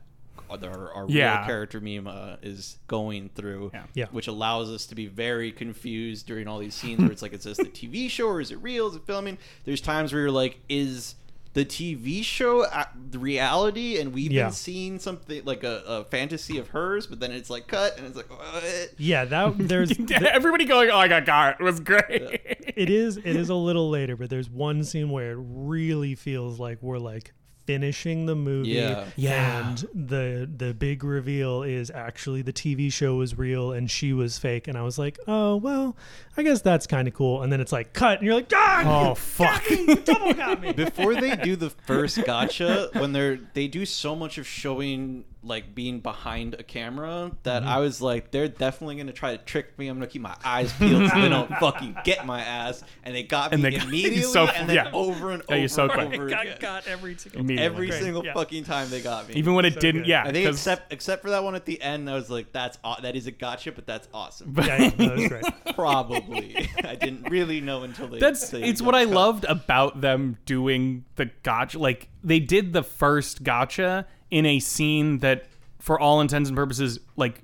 B: our, our
A: Yeah.
B: real character Mima is going through,
A: Yeah.
C: Yeah.
B: which allows us to be very confused during all these scenes where it's like, is this the TV show or is it real? Is it filming? There's times where you're like, is the TV show a- the reality? And we've
C: Yeah.
B: been seeing something like a, a fantasy of hers, but then it's like cut and it's like, what?
C: Yeah, that there's th-
A: Everybody going, oh, I got got it. was great.
C: it is it is a little later, but there's one scene where it really feels like we're like finishing the movie.
B: Yeah.
A: Yeah.
C: And the the big reveal is actually the TV show was real and she was fake. And I was like, oh well, I guess that's kind of cool. And then it's like cut, and you're like, ah,
A: Oh fuck.
C: double got me.
B: Before they do the first gotcha, when they're they do so much of showing like being behind a camera that
A: Mm-hmm.
B: I was like, they're definitely gonna try to trick me. I'm gonna keep my eyes peeled so they don't fucking get my ass. And they got me
A: And they got-
B: immediately,
A: so-
B: and then
A: yeah.
B: over and
A: Yeah,
B: over,
A: you're so
B: and
A: quick.
B: over
D: got,
B: again.
D: got every single
A: Immediately.
B: Every
A: Great.
B: single
D: Yeah.
B: fucking time they got me.
A: Even when it
D: So
A: didn't,
D: good.
A: yeah.
B: I think
A: 'cause-
B: except except for that one at the end, I was like, that's aw- that is a gotcha, but that's awesome.
A: But-
C: Yeah, yeah, no, that's great.
B: Probably, I didn't really know until they.
A: That's
B: they
A: it's what I
B: cut.
A: loved about them doing the gotcha. Like they did the first gotcha in a scene that, for all intents and purposes, like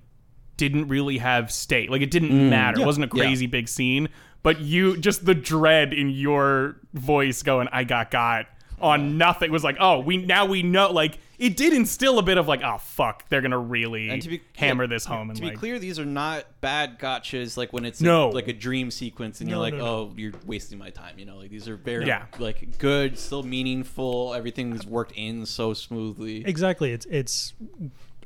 A: didn't really have state. Like it didn't matter. It wasn't a
B: yeah.
A: crazy big scene. But you just the dread in your voice going, "I got got." On nothing was like, oh, we now we know. Like it did instill a bit of like, oh fuck, they're gonna really
B: And to be-
A: hammer
B: yeah,
A: this home. And
B: To be
A: like,
B: clear, these are not bad gotchas. Like when it's
A: No.
B: a, like a dream sequence, and you're
C: No,
B: like,
C: no, no.
B: "Oh, you're wasting my time." You know, like these are very
A: Yeah.
B: like good, still meaningful. Everything's worked in so smoothly.
C: Exactly. It's it's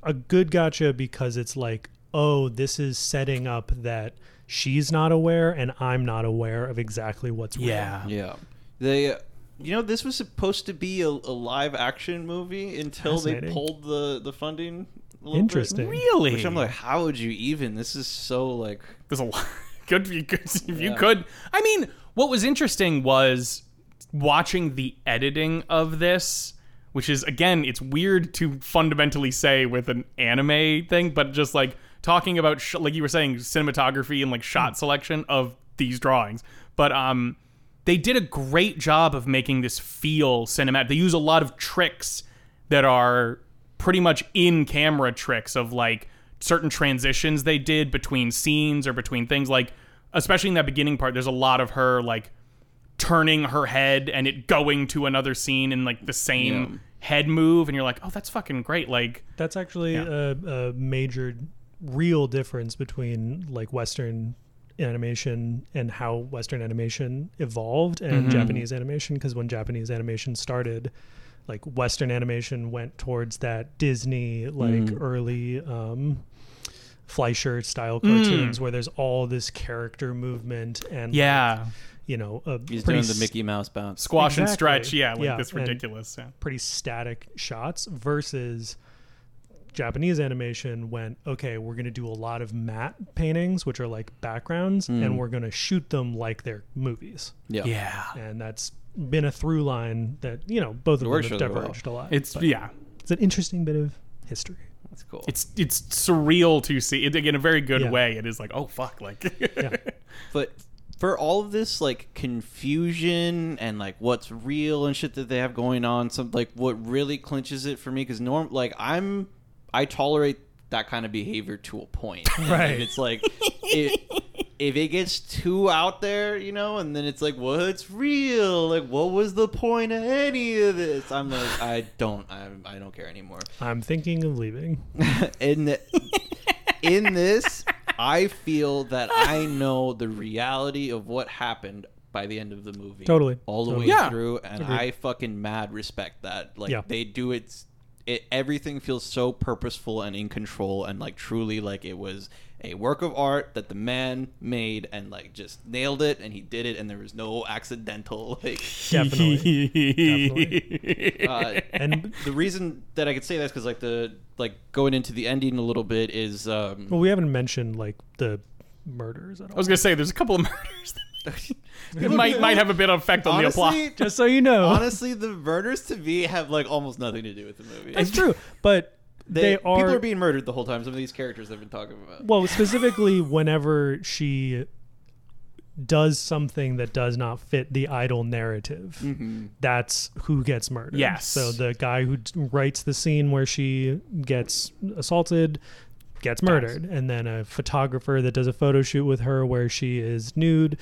C: a good gotcha because it's like, oh, this is setting up that she's not aware and I'm not aware of exactly what's real.
A: yeah,
B: Yeah, they. You know, this was supposed to be a, a live action movie until they
C: Fascinating.
B: pulled the the funding. a little bit.
C: Interesting.
A: really.
B: Which I'm like, how would you even? This is so like
A: There's a lot. Good if you could. If you
B: Yeah.
A: could. I mean, what was interesting was watching the editing of this, which is again, it's weird to fundamentally say with an anime thing, but just like talking about sh- like you were saying cinematography and like shot selection of these drawings. But um they did a great job of making this feel cinematic. They use a lot of tricks that are pretty much in camera tricks of like certain transitions they did between scenes or between things like especially in that beginning part there's a lot of her like turning her head and it going to another scene in like the same head move and you're like oh that's fucking great like
C: That's actually a, a major real difference between like Western animation and how Western animation evolved and
B: Mm-hmm.
C: Japanese animation. Because when Japanese animation started, like Western animation went towards that Disney, like
B: Mm.
C: early um, Fleischer style
B: Mm.
C: cartoons where there's all this character movement and,
A: yeah
C: you know, a
B: he's
C: pretty
B: doing the
C: s-
B: Mickey Mouse bounce.
A: squash and
C: Exactly.
A: stretch yeah like
C: Yeah,
A: this
C: and-
A: ridiculous yeah.
C: pretty static shots versus Japanese animation went, okay, we're going to do a lot of matte paintings, which are like backgrounds,
B: Hmm.
C: and we're going to shoot them like they're movies.
B: Yeah.
A: yeah
C: And that's been a through line that, you know, both of them
B: works
C: have
B: really well.
C: diverged a lot.
A: it's yeah
C: it's an interesting bit of history.
B: That's cool.
A: it's it's surreal to see it in a very good
C: Yeah.
A: way it is like oh fuck like
B: But for all of this like confusion and like what's real and shit that they have going on, some like what really clinches it for me because norm like I'm I tolerate that kind of behavior to a point.
C: Right.
B: If it's like it, if it gets too out there, you know, and then it's like what's real? Like what was the point of any of this? I'm like I don't I, I don't care anymore.
C: I'm thinking of leaving.
B: in in this, I feel that I know the reality of what happened by the end of the movie.
C: Totally.
B: all the
C: Totally.
B: way
A: Yeah.
B: through, and I fucking mad respect that. Like
C: Yeah.
B: they do it, it. Everything feels so purposeful and in control, and like truly, like it was a work of art that the man made and like just nailed it, and he did it, and there was no accidental like.
C: Definitely.
B: Uh,
C: and
B: the reason that I could say that is because like the like going into the ending a little bit is um,
C: well, we haven't mentioned like the murders at
A: I
C: all.
A: was gonna say there's a couple of murders that might might have a bit of effect on the plot.
B: honestly,
C: Just so you know.
B: honestly, the murders to me have like almost nothing to do with the movie.
C: it's true. But they, are
B: people are being murdered the whole time. Some of these characters I've been talking about.
C: Well, specifically whenever she does something that does not fit the idol narrative, that's who gets murdered.
A: Yes.
C: So the guy who d- writes the scene where she gets assaulted gets murdered, and then a photographer that does a photo shoot with her where she is nude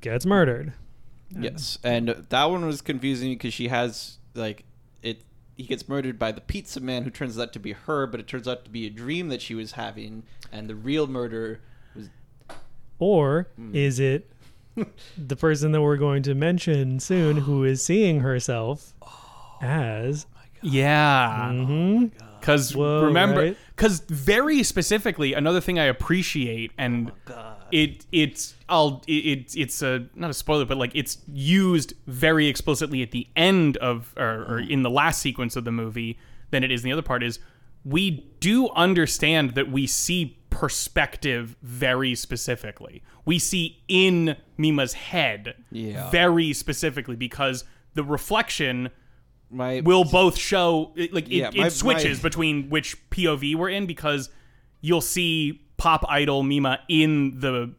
C: gets murdered.
B: Yes, and that one was confusing because she has like it. He gets murdered by the pizza man, who turns out to be her, but it turns out to be a dream that she was having, and the real murder was
C: Or is it the person that we're going to mention soon who is seeing herself as
A: Yeah, because
C: Mm-hmm. Whoa,
A: remember,
C: right?
A: because very specifically, another thing I appreciate, and it it's I'll it, it it's a not a spoiler, but like it's used very explicitly at the end of or, or in the last sequence of the movie than it is in the other part is we do understand that we see perspective very specifically. We see in Mima's head
B: Yeah.
A: very specifically because the reflection
E: My
A: will both show it- like it,
E: Yeah, my-
A: it
E: my-
A: switches between which POV we're in because you'll see pop idol Mima in the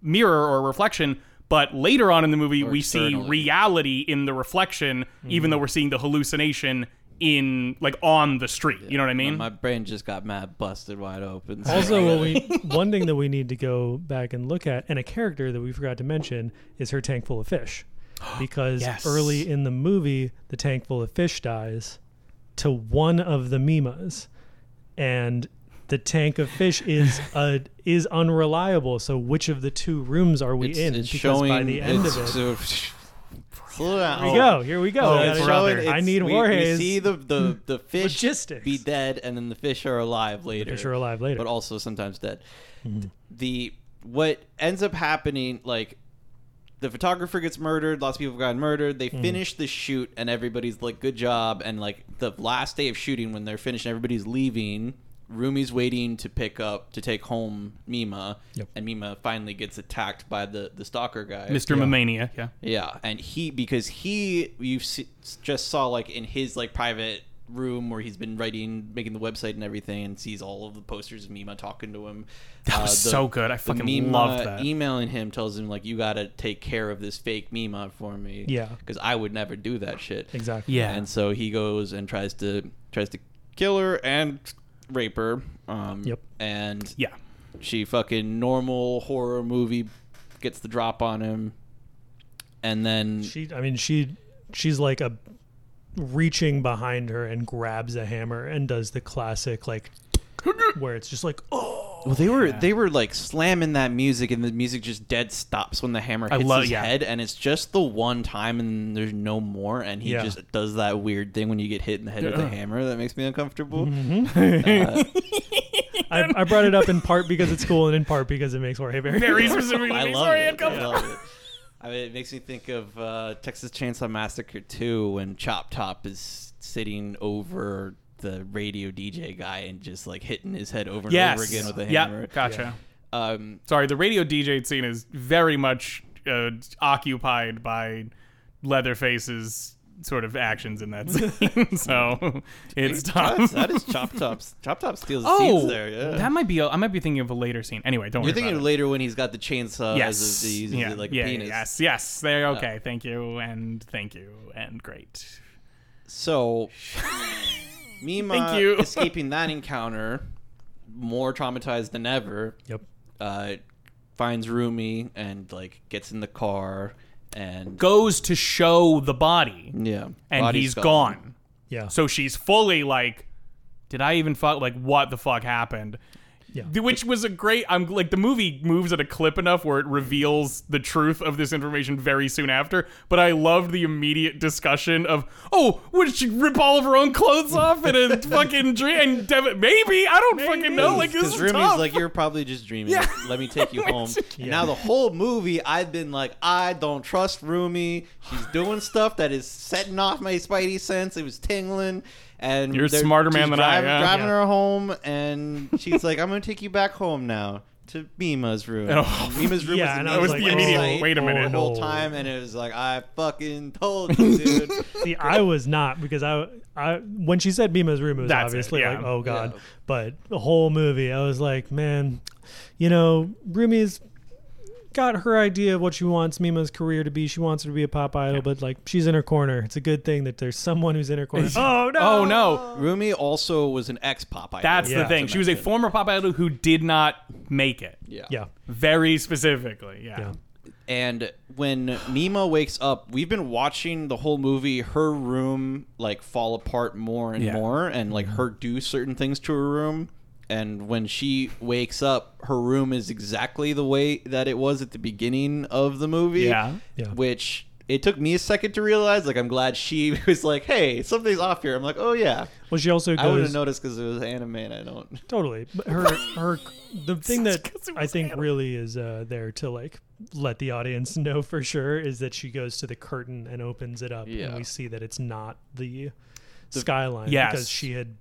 A: mirror or reflection but later on in the movie we see
B: externally.
A: reality in the reflection even though we're seeing the hallucination in like on the street you know what I mean
B: My brain just got mad busted wide open. so-
C: Also, what we, one thing that we need to go back and look at, and a character that we forgot to mention, is her tank full of fish. Because
A: Yes.
C: early in the movie, the tank full of fish dies to one of the Mimas. And the tank of fish is uh, is unreliable. So, which of the two rooms are we
B: it's,
C: in?
B: it's
C: because
B: showing
C: by the end of
B: it's,
C: it.
E: slow down.
C: here we go. Here we go.
A: Oh,
C: I
A: it's
C: got it.
A: showing-
C: I
B: it's-
C: need
B: we,
C: Warhaze.
B: We see the the, the fish
C: Logistics.
B: be dead, and then the fish are alive later.
C: fish are alive later. Mm-hmm.
B: but also sometimes dead. The what ends up happening, like the photographer gets murdered. Lots of people have gotten murdered. They
C: Mm-hmm.
B: finish the shoot, and everybody's like, "Good job!" And like the last day of shooting, when they're finished, and everybody's leaving. Rumi's waiting to pick up to take home Mima,
C: Yep.
B: and Mima finally gets attacked by the the stalker guy,
A: Mr. Mamania yeah
B: yeah, and he because he you s- just saw like in his like private room where he's been writing, making the website and everything, and sees all of the posters of Mima talking to him. Uh,
A: That was so good. I
B: the
A: fucking
B: Mima
A: loved that.
B: Emailing him tells him like you got to take care of this fake Mima for me.
C: Yeah.
B: because I would never do that shit.
C: Exactly.
A: Yeah.
B: and so he goes and tries to tries to kill her and rape her. Um,
C: Yep.
B: and
A: yeah
B: she fucking normal horror movie gets the drop on him and then
C: She, I mean, she, she's like a reaching behind her and grabs a hammer and does the classic like where it's just like oh
B: well they were they were like slamming that music and the music just dead stops when the hammer
A: I
B: hits
A: love-
B: his
A: yeah.
B: head and it's just the one time and there's no more and he
C: Yeah.
B: just does that weird thing when you get hit in the head with a hammer that makes me uncomfortable
A: Mm-hmm.
C: I, I brought it up in part because it's cool and in part because it makes Jorge very
A: very specifically
B: I
A: makes
B: love
A: Maria
B: it. I
A: uncomfortable.
B: love it. I mean, it makes me think of uh, Texas Chainsaw Massacre 2 when Chop Top is sitting over the radio DJ guy and just like hitting his head over and over
A: yes
B: again with a
A: yeah
B: hammer.
A: gotcha
B: Um,
A: sorry, the radio DJ scene is very much uh, occupied by Leatherface's sort of actions in that scene. so it's tough.
B: that's- that is Chop Top's. Chop Top steals the
A: Oh,
B: scenes there. Yeah.
A: that might be. A, I might be thinking of a later scene. Anyway, don't
B: You're
A: worry
B: thinking
A: about
B: later when he's got the chainsaw
A: it.
B: as
A: Yes.
B: a, he uses
A: yeah.
B: it like
A: yeah,
B: a penis.
A: Yes. Yes. They're okay. thank you. And thank you. And great.
B: So, Mima
A: Thank you.
B: escaping that encounter, more traumatized than ever,
C: yep
B: uh, finds Rumi and like gets in the car and
A: Goes to show the body,
B: yeah,
A: and
B: body's
A: he's gone.
C: yeah
A: So she's fully like, did I even fuck? Like, what the fuck happened?
C: Yeah.
A: The- Which was a great. I'm like the movie moves at a clip enough where it reveals the truth of this information very soon after. But I loved the immediate discussion of, oh, would she rip all of her own clothes off in a fucking dream? And Devin, maybe I don't fucking know. Like this
B: because
A: is
B: Rumi's
A: tough.
B: like, you're probably just dreaming.
A: Yeah.
B: Let me take you home.
A: Yeah.
B: And now the whole movie, I've been like, I don't trust Rumi. She's doing stuff that is setting off my spidey sense. It was tingling. And
A: You're a
B: they're-
A: smarter man
B: she's
A: than I,
B: driving-
A: yeah.
B: Driving
A: Yeah.
B: her home, and she's like, I'm gonna take you back home now to Mima's room.
A: Oh.
B: Mima's room
C: yeah
B: was,
C: and
B: in
C: I was
A: was
C: like
A: the immediate-
B: website
A: wait a minute.
B: the
C: oh,
B: whole
C: no.
B: time, and it was like, I fucking told you, dude.
C: see I was not because I I when she said Mima's room it was
A: That's it,
C: obviously
A: yeah.
C: like oh god
B: Yeah.
C: but the whole movie I was like man you know Rumi's got her idea of what she wants Mima's career to be she wants her to be a pop idol but like she's in her corner it's a good thing that there's someone who's in her corner oh no
A: oh no,
B: Rumi also was an ex pop idol.
A: that's
C: Yeah.
A: the thing. She was a former pop idol who did not make it.
C: yeah
A: Very specifically.
C: yeah
B: And when Mima wakes up, we've been watching the whole movie, her room like fall apart more and
A: Yeah.
B: more, and like her do certain things to her room. And when she wakes up, her room is exactly the way that it was at the beginning of the movie.
A: Yeah.
C: Yeah.
B: Which it took me a second to realize. Like, I'm glad she was like, hey, something's off here. I'm like, oh, yeah.
C: Well, she also
B: I would have
C: goes
B: noticed because it was anime and I don't.
C: totally. But her her the thing that
A: 'cause it
C: I
A: was
C: think
A: anime.
C: really is uh, there to like let the audience know for sure is that she goes to the curtain and opens it up,
B: Yeah.
C: and we see that it's not the skyline
A: Yes.
C: because she had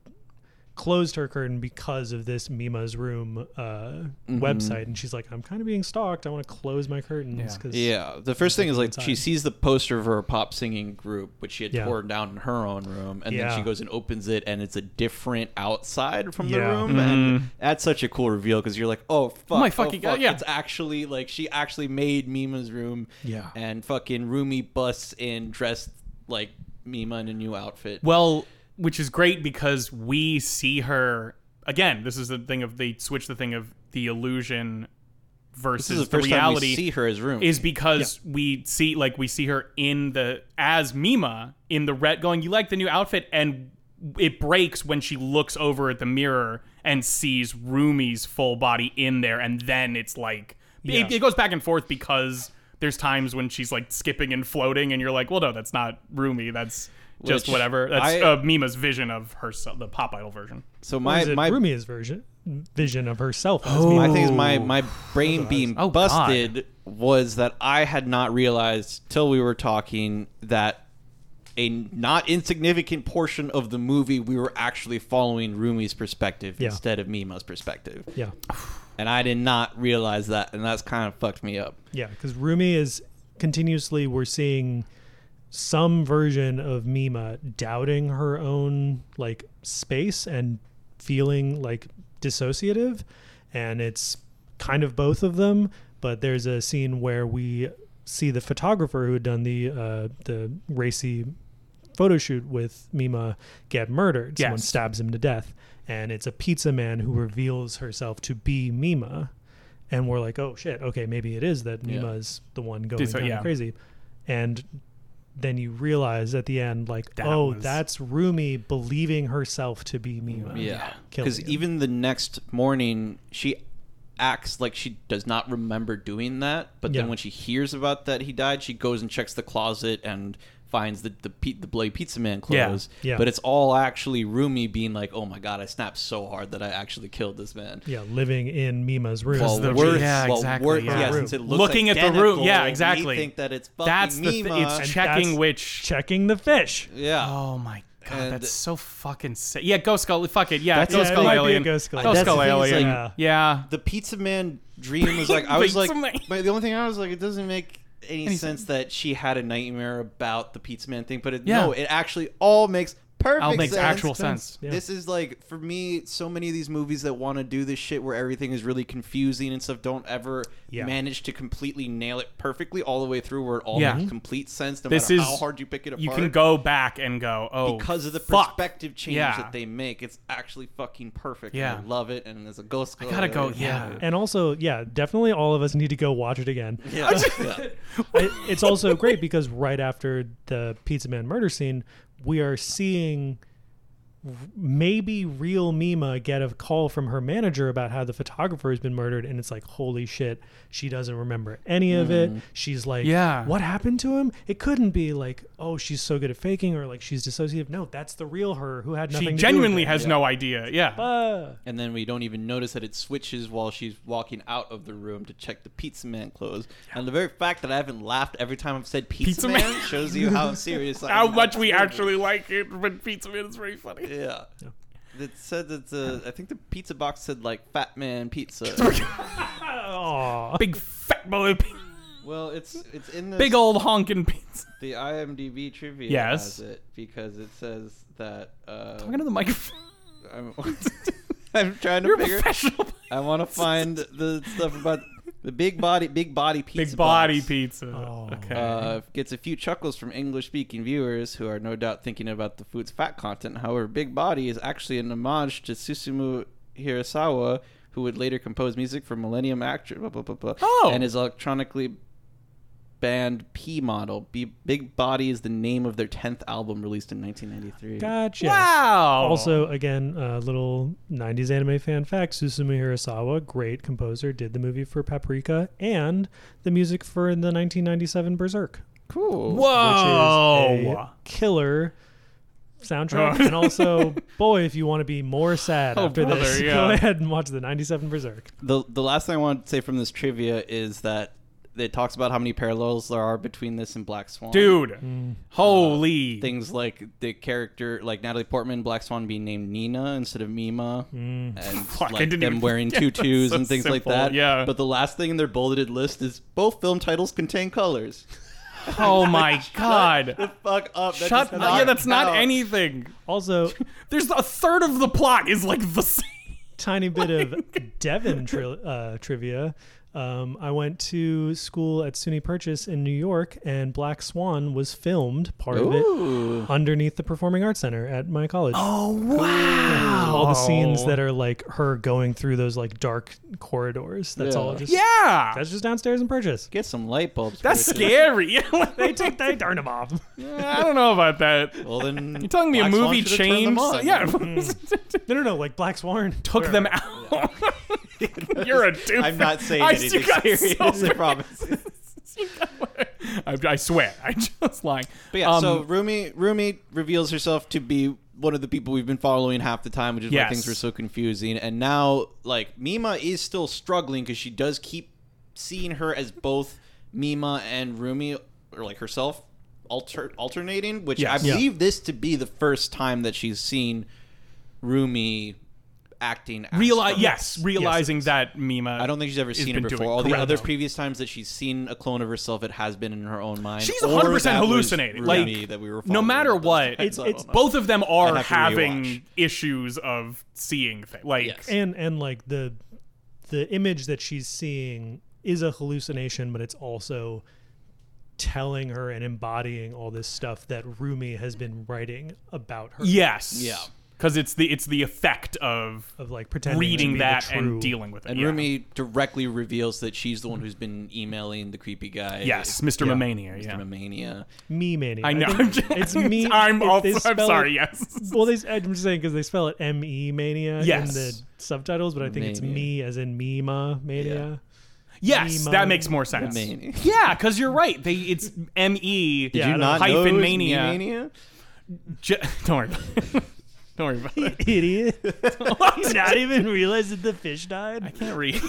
C: closed her curtain because of this Mima's room uh, website, and she's like, "I'm kind of being stalked. I want to close my curtains."
A: Yeah.
C: 'cause-
B: Yeah, the first thing is like she
C: inside.
B: sees the poster of her pop singing group, which she had
C: Yeah.
B: torn down in her own room, and then
C: Yeah.
B: she goes and opens it, and it's a different outside from the
C: Yeah.
B: room, and that's such a cool reveal because you're like, oh fuck,
A: Mm-hmm. my
B: oh,
A: fucking
B: fuck,
A: God, yeah.
B: it's actually like she actually made Mima's room,
C: Yeah.
B: and fucking Rumi busts in dressed like Mima in a new outfit.
A: Well, which is great because we see her again. This is the thing of they switch the thing of the illusion
B: this
A: versus
B: is the
A: the,
B: first time
A: reality
B: we see her as Rumi.
A: is because we see like we see her in the as Mima in the red going you like the new outfit and it breaks when she looks over at the mirror and sees Rumi's full body in there and then it's like
C: Yeah.
A: it, it goes back and forth because there's times when she's like skipping and floating and you're like well no that's not Rumi that's just
B: Which
A: whatever that's
B: I-
A: uh, Mima's vision of herself the pop idol version
E: So
C: Or
E: my
C: is it
E: my
C: Rumi's version vision of herself? as Mima?
E: I think is my my
B: brain being
A: Oh, God.
B: busted was that I had not realized till we were talking that a not insignificant portion of the movie we were actually following Rumi's perspective
C: Yeah.
B: instead of Mima's perspective.
C: Yeah,
B: And I did not realize that and that's kind of fucked me up.
C: yeah, because Rumi is continuously we're seeing some version of Mima doubting her own like space and feeling like dissociative, and it's kind of both of them. But there's a scene where we see the photographer who had done the uh, the racy photo shoot with Mima get murdered. Someone
A: Yes.
C: stabs him to death, and it's a pizza man who reveals herself to be Mima. And we're like, oh shit, okay, maybe it is that Mima is the one going
A: So,
C: kind
A: yeah.
C: of crazy. And then you realize at the end, like,
A: That
C: oh,
A: was-
C: that's Rumi believing herself to be Mima.
B: Yeah.
C: Killing
B: Cuz
C: him.
B: even the next morning she acts like she does not remember doing that, but
C: Yeah.
B: then when she hears about that he died, she goes and checks the closet and finds the the, pe- the bloody pizza man
A: Yeah.
B: clothes.
C: Yeah.
B: But it's all actually Rumi being like, "Oh my god, I snapped so hard that I actually killed this man."
C: Yeah, living in Mima's room.
B: While
A: the-
B: we're-
A: yeah,
B: while
A: exactly,
B: we're-
A: yeah.
B: since it looks
A: Looking at the room,
B: identical,
A: yeah,
B: we
A: exactly.
B: think that it's fucking
A: that's the thi-
B: Mima.
A: it's
B: and-
A: checking
C: that's-
A: which
C: Checking the fish.
B: yeah.
A: Oh my god,
B: And-
A: that's so fucking sick. Yeah, Ghost Skull. Fuck it. Yeah,
B: That's-
A: Ghost
B: yeah, it
A: Skull
B: might be a
A: Alien.
C: Ghost Skull.
B: That's the
A: Skull
B: thing, it's
A: Alien.
C: like-
A: yeah.
B: the pizza man dream was like I was like
A: Pizza Man.
B: but the only thing I was like it doesn't make any,
A: Any
B: sense that she had a nightmare about the pizza man thing but it,
A: Yeah.
B: no it actually all makes perfect
A: All makes
B: sense.
A: actual sense.
C: Yeah.
B: This is like for me so many of these movies that want to do this shit where everything is really confusing and stuff don't ever
C: Yeah.
B: manage to completely nail it perfectly all the way through where it all
A: Yeah.
B: makes complete sense no
A: This
B: matter
A: is-
B: how hard you pick it apart
A: You can go back and go, oh,
B: because of the
A: fuck.
B: perspective change
A: Yeah.
B: that they make, it's actually fucking perfect.
A: Yeah.
B: and I love it. And there's a ghost. I
A: gotta go, yeah.
C: And also, yeah, definitely all of us need to go watch it again.
B: Yeah. Yeah.
C: it, it's also great because right after the pizza man murder scene we are seeing r- maybe real mima get a call from her manager about how the photographer has been murdered and it's like holy shit she doesn't remember any of it she's like
A: Mm. Yeah.
C: what happened to him it couldn't be like oh she's so good at faking or like she's dissociative no that's the real her who had nothing
A: She
C: to
A: genuinely
C: do with
A: has no idea. Yeah.
C: it. Uh,
B: And then we don't even notice that it switches while she's walking out of the room to check the pizza man clothes. And the very fact that I haven't laughed every time I've said pizza,
A: Pizza
B: man,
A: Man.
B: shows you how serious I
A: How
B: am.
A: much we actually like it when Pizza Man is very funny.
B: Yeah. It said that the I think the pizza box said like Fat Man Pizza.
C: aw.
A: Big fat boy, pi-
B: well, it's it's in the
A: big old honking pizza.
B: the IMDb trivia
A: Yes.
B: has it because it says that uh,
A: Talking to the microphone.
B: I'm, I'm trying to
A: You're a
B: figure.
A: professional.
B: I want to find the stuff about the big body, big body pizza.
A: Big body
B: box,
A: pizza.
C: Oh.
A: Okay.
B: Uh, gets a few chuckles from English-speaking viewers who are no doubt thinking about the food's fat content. However, Big Body is actually an homage to Susumu Hirasawa, who would later compose music for Millennium Actor, blah, blah, blah, blah,
A: Oh.
B: and his electronically band P model. B- Big Body is the name of their 10th album released in 1993.
C: gotcha
A: Wow.
C: Also, again, a little 90s anime fan fact Susumu Hirasawa, great composer, did the movie for Paprika and the music for the 1997 Berserk,
B: Cool.
C: which is
A: Whoa.
C: a killer soundtrack. and also, boy, if you want to be more sad
A: Oh,
C: after this,
A: brother, yeah.
C: go ahead and watch the 97 Berserk.
B: the the last thing I want to say from this trivia is that it talks about how many parallels there are between this and Black Swan.
A: dude. Holy.
B: Things like the character, like Natalie Portman, Black Swan being named Nina instead of Mima, and
A: Mm. Fuck, I
B: like
A: didn't
B: them
A: even
B: wearing
A: think- that's
B: tutus
A: so
B: and things like
A: simple,
B: that.
A: yeah.
B: But the last thing in their bulleted list is both film titles contain colors.
A: oh my god.
B: Shut the fuck up. That
A: Shut. up.
B: just
A: Yeah,
B: knocked
A: that's not
B: out.
A: anything.
C: Also,
A: There's a third of the plot is like the same.
C: tiny bit of Devon tri- uh, trivia. Um, I went to school at SUNY Purchase in New York, and Black Swan was filmed part of it underneath the Performing Arts Center at my college.
A: Oh wow.
C: All the scenes
A: Oh.
C: that are like her going through those like dark corridors. That's
E: Yeah.
C: all just
A: Yeah.
C: That's just downstairs in Purchase.
B: Get some light bulbs.
A: That's
B: bitches.
A: scary.
C: They take they turn them off.
A: I don't know about that.
B: Well, then
A: You're telling me
B: Black
A: a
B: Swan
A: movie
B: should have turned them
A: changed?
B: on. Mm.
A: Yeah.
C: No, no, no. Like Black Swan
A: Took them out. You're a dude.
B: I'm not saying
A: I
B: anything
A: still got
B: serious.
A: so
B: I promise.
A: I, I swear. I just like.
B: But yeah,
A: um,
B: so Rumi Rumi reveals herself to be one of the people we've been following half the time, which is
A: Yes.
B: why things were so confusing. And now, like Mima is still struggling because she does keep seeing her as both Mima and Rumi, or like herself, alter- alternating. Which
A: Yes.
B: I
A: Yeah.
B: believe this to be the first time that she's seen Rumi acting. as
A: realize
B: her.
A: yes, realizing that Mima.
B: I don't think she's ever
A: has
B: seen her
A: been doing
B: before. All the
A: correct.
B: other previous times that she's seen a clone of herself, it has been in her own mind.
A: She's
B: or
A: 100%
B: that was
A: hallucinating.
B: Rumi
A: Like,
B: that we were
A: no
B: following
A: matter
B: at those
A: what,
B: times.
A: it's-
B: I don't
C: it's
B: know.
A: both of them are
B: I'd have to
A: having
B: rewatch.
A: issues of seeing things. Like
B: Yes.
C: and and like the the image that she's seeing is a hallucination but it's also telling her and embodying all this stuff that Rumi has been writing about her
A: yes,
B: Yeah.
A: because it's the it's the effect of
C: of like pretending to
A: reading
C: be
A: that
C: the true-
A: and dealing with it.
B: And
A: yeah.
B: Rumi directly reveals that she's the one who's been emailing the creepy guy.
A: yes, Mr.
C: yeah.
A: Mamania. Yeah,
B: Mr. Mania.
C: me mania
A: I know.
C: think it's me
A: I'm
C: it-
A: all,
C: they
A: I'm
C: spell
A: sorry.
C: it-
A: Yes.
C: well they, I'm just saying because they spell it M E mania
A: Yes.
C: in the subtitles but I think it's
B: Mania.
C: me as in Mima mania
A: Yes,
C: Mima-
A: that makes more sense.
B: Mania.
A: Yeah, because you're right. They it's M E
C: Yeah, I
B: you
C: don't-
B: not know it
A: hyphen
B: was
A: mania.
B: Mania?
A: J- don't worry. About it. don't worry about it.
C: idiot You not even realize that the fish died
A: I can't read.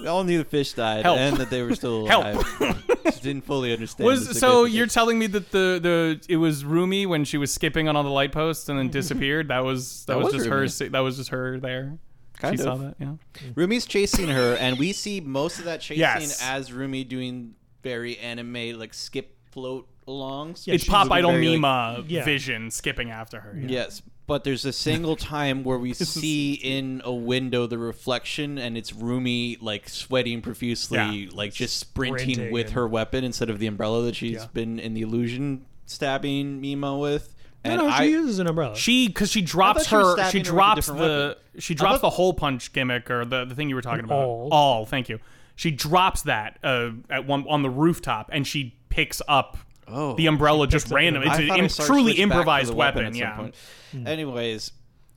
B: We all knew the fish died
A: Help.
B: and that they were still
A: Help.
B: alive. Just didn't fully understand. the
A: Was so
B: significance.
A: you're telling me that the the it was Rumi when she was skipping on all the light posts and then disappeared. That was that,
B: That
A: was,
B: was
A: just her.
B: Rumi.
A: si- That was just her there.
B: Kind
A: she
B: of.
A: saw that. Yeah.
B: Rumi's chasing her, and we see most of that chasing
A: Yes.
B: as Rumi doing very anime, like skip float alongs.
A: it's
C: she's
A: Pop
B: looking
A: Idol
B: very, like-
A: Mima
C: Yeah.
A: vision skipping after her. Yeah.
B: Yes, but there's a single time where we see in a window the reflection, and it's Rumi like sweating profusely,
A: Yeah.
B: like just sprinting,
C: Sprinting
B: with
C: and-
B: her weapon instead of the umbrella that she's
A: Yeah.
B: been in the illusion stabbing Mima with. And
C: no, no, she
B: I,
C: uses an umbrella
A: She because she drops
B: thought she was
A: her she
B: stabbing her with a
A: drops
B: different
A: the she drops the hole punch gimmick or the, the thing you were talking about
C: awl.
A: all thank you she drops that uh, at one on the rooftop and she picks up
B: Oh.
A: the umbrella just
C: up the-
A: random it's
B: I
A: an
B: thought I
A: im-
B: saw her
A: truly
B: switch back to the
A: improvised weapon,
B: at some
A: yeah
B: point. Anyways,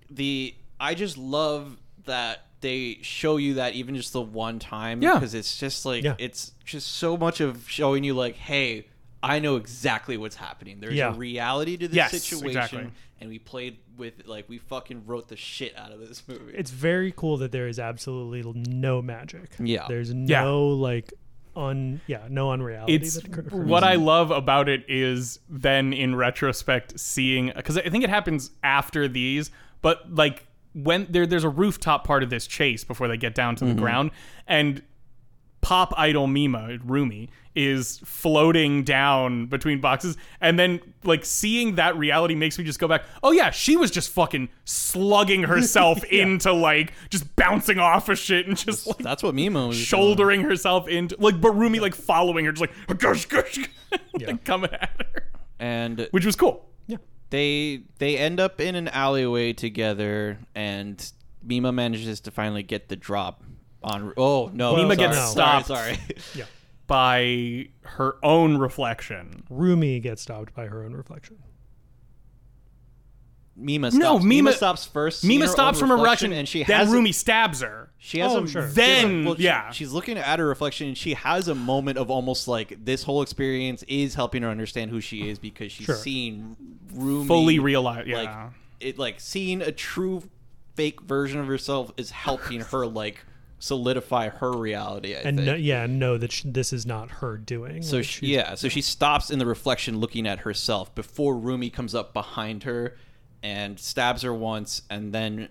B: the I just love that they show you that even just the one time
A: Yeah.
B: because it's just like
C: Yeah.
B: it's just so much of showing you like hey I know exactly what's happening. There's
C: Yeah.
B: a reality to this
A: Yes,
B: situation,
A: exactly.
B: and we played with like we fucking wrote the shit out of this movie.
C: it's very cool that there is absolutely no magic.
B: Yeah.
C: There's no
A: Yeah.
C: like un yeah, no unreality.
A: it's
C: that occurs.
A: what I love about it is then in retrospect seeing because I think it happens after these, but like when there there's a rooftop part of this chase before they get down to the ground and pop idol Mima Rumi is floating down between boxes and then like seeing that reality makes me just go back oh yeah she was just fucking slugging herself into like just bouncing off of shit and just like
B: That's what Mima was doing.
A: shouldering herself into like Barumi like following her just like gosh gosh like, coming at her
B: and
A: which was cool
C: yeah.
B: they they end up in an alleyway together and Mima manages to finally get the drop on oh no
C: Mima
B: sorry,
C: gets
B: sorry,
A: stopped.
B: sorry,
C: Yeah.
A: by her own reflection
C: Rumi gets stopped by her own reflection.
B: Mima stops.
A: No, Mima-
B: stops first seeing
A: Mima
B: her
A: stops
B: own
A: from a
B: reflection,
A: reaction
B: and she
A: then
B: has
A: Rumi stabs her
B: she has
C: Oh,
B: a,
C: sure.
A: Then-
B: well, she-
A: yeah.
B: she's looking at her reflection and she has a moment of almost like this whole experience is helping her understand who she is because she's
C: Sure.
B: seeing Rumi
A: fully realized
B: like
A: yeah
B: it like seeing a true fake version of herself is helping her like solidify her reality. I
C: and
B: think.
C: no, yeah, know that sh this is not her doing.
B: So
C: Like,
B: she,
C: she's-
B: yeah, so she stops in the reflection looking at herself before Rumi comes up behind her and stabs her once and then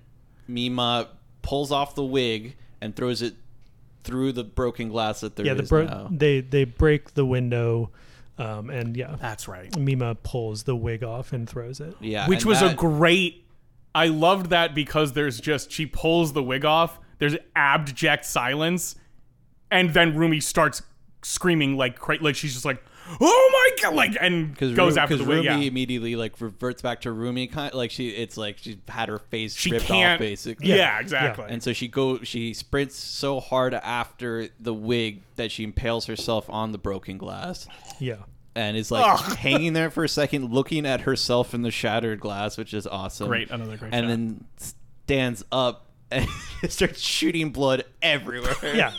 B: Mima pulls off the wig and throws it through the broken glass that there is
C: yeah, the bro-
B: now.
C: they they break the window, um, and yeah,
A: That's right.
C: Mima pulls the wig off and throws it.
B: Yeah,
A: Which
B: and
A: was a
B: that-
A: great. I loved that because there's just she pulls the wig off. There's abject silence, and then Rumi starts screaming like cra- like she's just like, oh my god, like and
B: because
A: goes after the
B: Rumi
A: wig. Yeah.
B: immediately like reverts back to Rumi kind like she it's like she had her face
A: She
B: ripped
A: can't.
B: off basically.
A: Yeah, exactly.
B: And so she go she sprints so hard after the wig that she impales herself on the broken glass.
C: Yeah,
B: and is like hanging there for a second, looking at herself in the shattered glass, which is awesome.
A: Great, another great
B: And
A: shot.
B: then stands up and starts shooting blood everywhere.
C: yeah,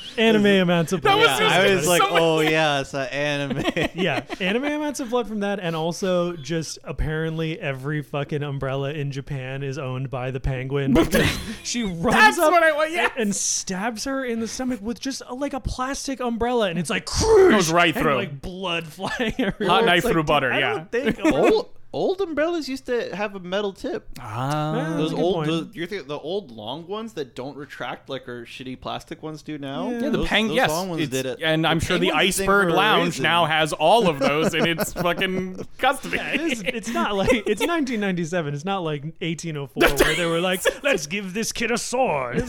C: anime amounts of blood.
A: was
B: Yeah,
A: just
B: I was
A: so
B: like,
A: much-
B: oh yeah, it's an anime.
C: yeah, anime amounts of blood from that, and also just apparently every fucking umbrella in Japan is owned by the penguin. because she runs
A: That's
C: up
A: what I want, yes.
C: and stabs her in the stomach with just a, like a plastic umbrella, and it's like cruise
A: Goes right
C: and,
A: through.
C: like blood flying everywhere.
A: Hot
C: It's
A: knife
C: like,
A: through
C: dude,
A: butter,
C: I
A: yeah.
C: don't think
B: old, old umbrellas used to have a metal tip.
C: That's
B: Those
C: a good
B: old,
C: point.
B: the, you're thinking- the old long ones that don't retract like our shitty plastic ones do now.
C: Yeah,
A: Yeah, the
B: those,
A: pang,
B: those
A: yes,
B: long ones
A: it's-
B: did it.
A: and I'm sure the
E: penguins did
A: Iceberg
E: for a
A: Lounge
E: reason.
A: now has all of those in its fucking custody.
C: It's, it's not like it's 1997. It's not like 1804 where they were like, "Let's give this kid a sword."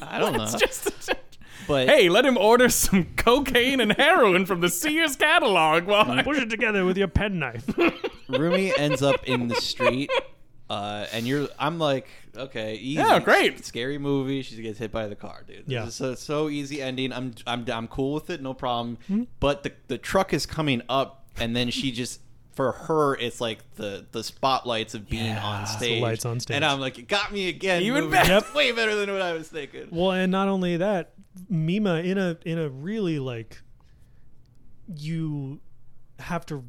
B: I don't know,
A: just
B: but
A: hey, let him order some cocaine and heroin from the Sears catalog. While I-
C: Push it together with your penknife.
B: Rumi ends up in the street, uh, and you're. I'm like, okay, easy.
A: Yeah, great.
B: Scary movie. She gets hit by the car, dude.
C: Yeah.
B: This is so so easy ending. I'm I'm I'm cool with it, no problem.
C: Mm-hmm.
B: But the the truck is coming up, and then she just. For her, it's like the the spotlights of being on
C: it's the
B: stage.
C: lights on stage.
B: and I'm like, it got me again.
A: Even
B: movie.
A: better.
C: Yep.
B: way better than what I was thinking.
C: Well, and not only that, Mima in a in a really like you have to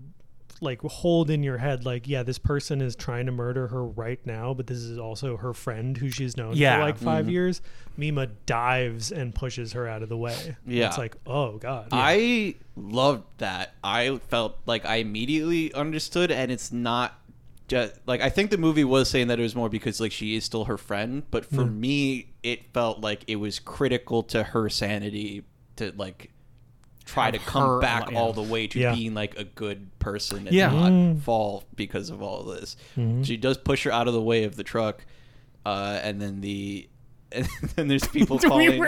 C: like hold in your head like yeah this person is trying to murder her right now but this is also her friend who she's known
A: Yeah. mm-hmm.
C: for like 5 years mima dives and pushes her out of the way
B: Yeah.
C: it's like oh god
B: I loved that. I felt like I immediately understood, and it's not just like I think the movie was saying that it was more because like she is still her friend, but for
A: Mm.
B: me, it felt like it was critical to her sanity to like try to come
A: her
B: back
A: al-
B: all
A: yeah.
B: the way to
C: Yeah.
B: being like a good person and
A: Yeah. Mm. Mm-hmm.
B: not fall because of all this. She does push her out of the way of the truck, uh, and then the. And then there's people
A: We
B: calling.
A: were-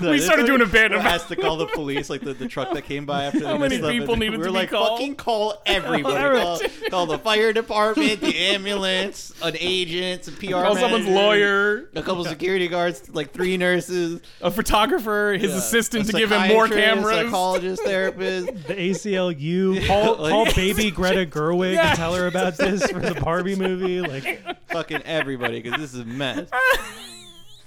B: No,
A: we
B: there's
A: started
B: like-
A: doing a bit
B: we're
A: about-
B: asked to call the police, like the, the truck that came by after.
A: How
B: they
A: many
B: messed up,
A: people
B: and
A: needed
B: we
A: to
B: were
A: be
B: like,
A: called?
B: fucking call everybody. call, call the fire department, the ambulance, an agent, a PR
A: Call someone's
B: manager,
A: lawyer.
B: a couple security guards, like three nurses,
A: a photographer, his
B: uh,
A: assistant
B: a
A: to give him more
B: psychiatrist,
A: cameras.
B: psychologist, therapist.
C: the ACLU call,
B: like-
C: call baby Greta Gerwig
A: Yeah.
C: and tell her about this for the Barbie movie like
B: fucking everybody because this is a mess.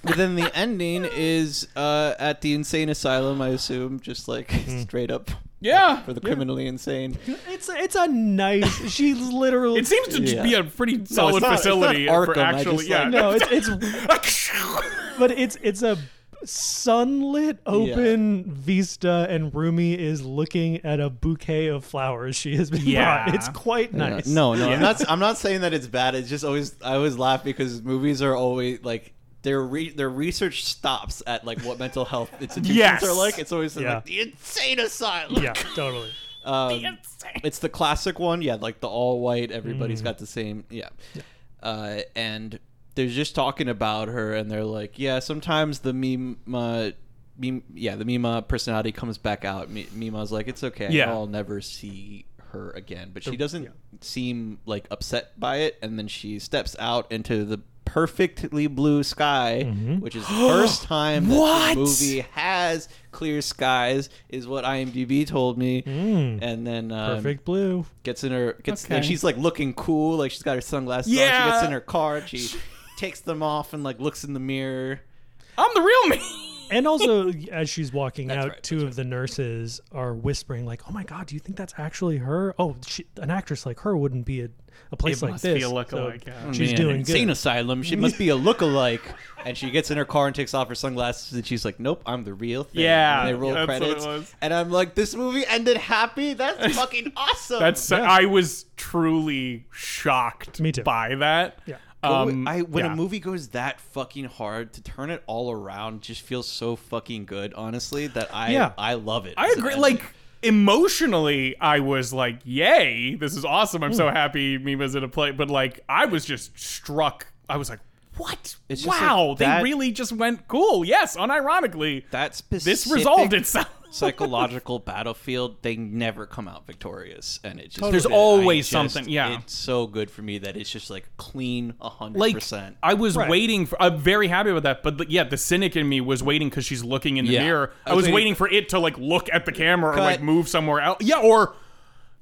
B: But then the ending is uh, at the insane asylum, I assume, just like straight up
A: Yeah,
B: for the criminally insane.
C: it's a, it's a nice she's literally
A: it seems to just
B: Yeah.
A: be a pretty solid
B: not- it's not
A: facility
B: Arkham,
A: for
B: I
A: actually.
B: just,
A: Yeah,
B: like,
C: no it's it's but it's it's a sunlit open vista and Rumi is looking at a bouquet of flowers she has been
A: Yeah.
C: bought. It's quite nice.
B: No, no, I'm not. I'm not saying that it's bad. It's just always I always laugh because movies are always like their re- their research stops at like what mental health institutions
A: Yes.
B: are like. It's always
C: Yeah.
B: like the insane asylum.
C: Yeah, totally.
B: Um, it's the classic one yeah like the all white Everybody's
A: Mm.
B: got the same yeah, Uh, and they're just talking about her and they're like yeah sometimes the mima meme, yeah the mima personality comes back out Mi- mima's like it's okay
A: Yeah.
B: i'll never see her again but she doesn't seem like upset by it and then she steps out into the perfectly blue sky which is the first time that
A: Mm-hmm. What?
B: the movie has clear skies is what imdb told me and then um,
C: Perfect blue.
B: gets in her gets
A: Mm. Okay.
B: and she's like looking cool like she's got her sunglasses on she
A: Yeah.
B: gets in her car and she takes them off and like looks in the mirror
A: I'm the real me.
C: and also, as she's walking
B: That's
C: out,
B: right,
C: two
B: that's
C: of the nurses are whispering, like, "Oh my god, do you think that's actually her? Oh, she, an actress like her wouldn't be at a place
A: It
C: like
A: must
C: this."
A: be a Oh,
C: So
A: lookalike, yeah.
C: She's
B: Man,
C: doing
B: insane
C: good.
B: asylum. She must be a lookalike. And she gets in her car and takes off her sunglasses, and she's like, "Nope, I'm the real thing."
A: Yeah,
B: and they roll
A: that's what it
B: credits,
A: was.
B: and I'm like, "This movie ended happy. That's fucking awesome."
A: That's so- I was truly shocked
C: Me too.
A: by that.
C: Yeah.
B: Well,
A: Um,
B: Oh, I when
A: yeah.
B: a movie goes that fucking hard to turn it all around just feels so fucking good. Honestly, that I
A: Yeah.
B: I love it.
A: I
B: as an
A: agree.
B: ending.
A: Like emotionally, I was like, "Yay, this is awesome! I'm
C: Hmm.
A: so happy Mima's in a play." But like, I was just struck. I was like, "What?
B: It's just
A: wow,
B: like
A: they
B: that-
A: really just went cool." Yes, unironically,
B: that specific
A: this resolved itself.
B: psychological battlefield. They never come out victorious, and it just
A: There's
B: I
A: always
B: just-
A: something, yeah.
B: it's so good for me that it's just like clean hundred
A: like
B: percent.
A: I was
C: Right.
A: waiting for. I'm very happy about that. But the, yeah, the cynic in me was waiting because she's looking in the
B: Yeah.
A: mirror. I
B: I
A: was
B: was waiting- Uh,
A: waiting for it to like look at the camera or like
B: Cut.
A: move somewhere else. Yeah, or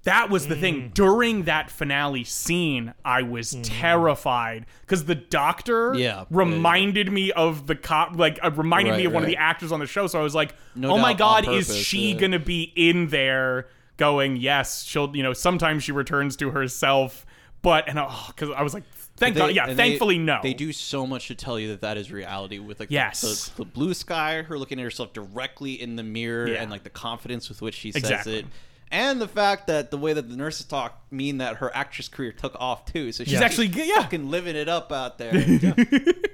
A: that was the thing during that finale scene. I was terrified because the doctor
B: Yeah. Yeah,
A: reminded me of the cop. Like uh, reminded me
B: Right,
A: of one of
B: right.
A: the actors on the show. So I was like,
B: No
A: oh my
B: doubt,
A: god,
B: on
A: is
B: purpose,
A: she
B: yeah.
A: gonna be in there? Going, yes, she'll. You know, sometimes she returns to herself, but and oh, because I was like, thank
B: They-
A: God, yeah.
B: and they-
A: Thankfully, no.
B: They do so much to tell you that that is reality with like the-
A: Yes.
B: the, the blue sky, her looking at herself directly in the mirror,
A: Yeah.
B: and like the confidence with which she
A: Exactly.
B: says it. And the fact that the way that the nurses talk mean that her actress career took off too. So she's
A: actually good- yeah.
B: fucking living it up out there.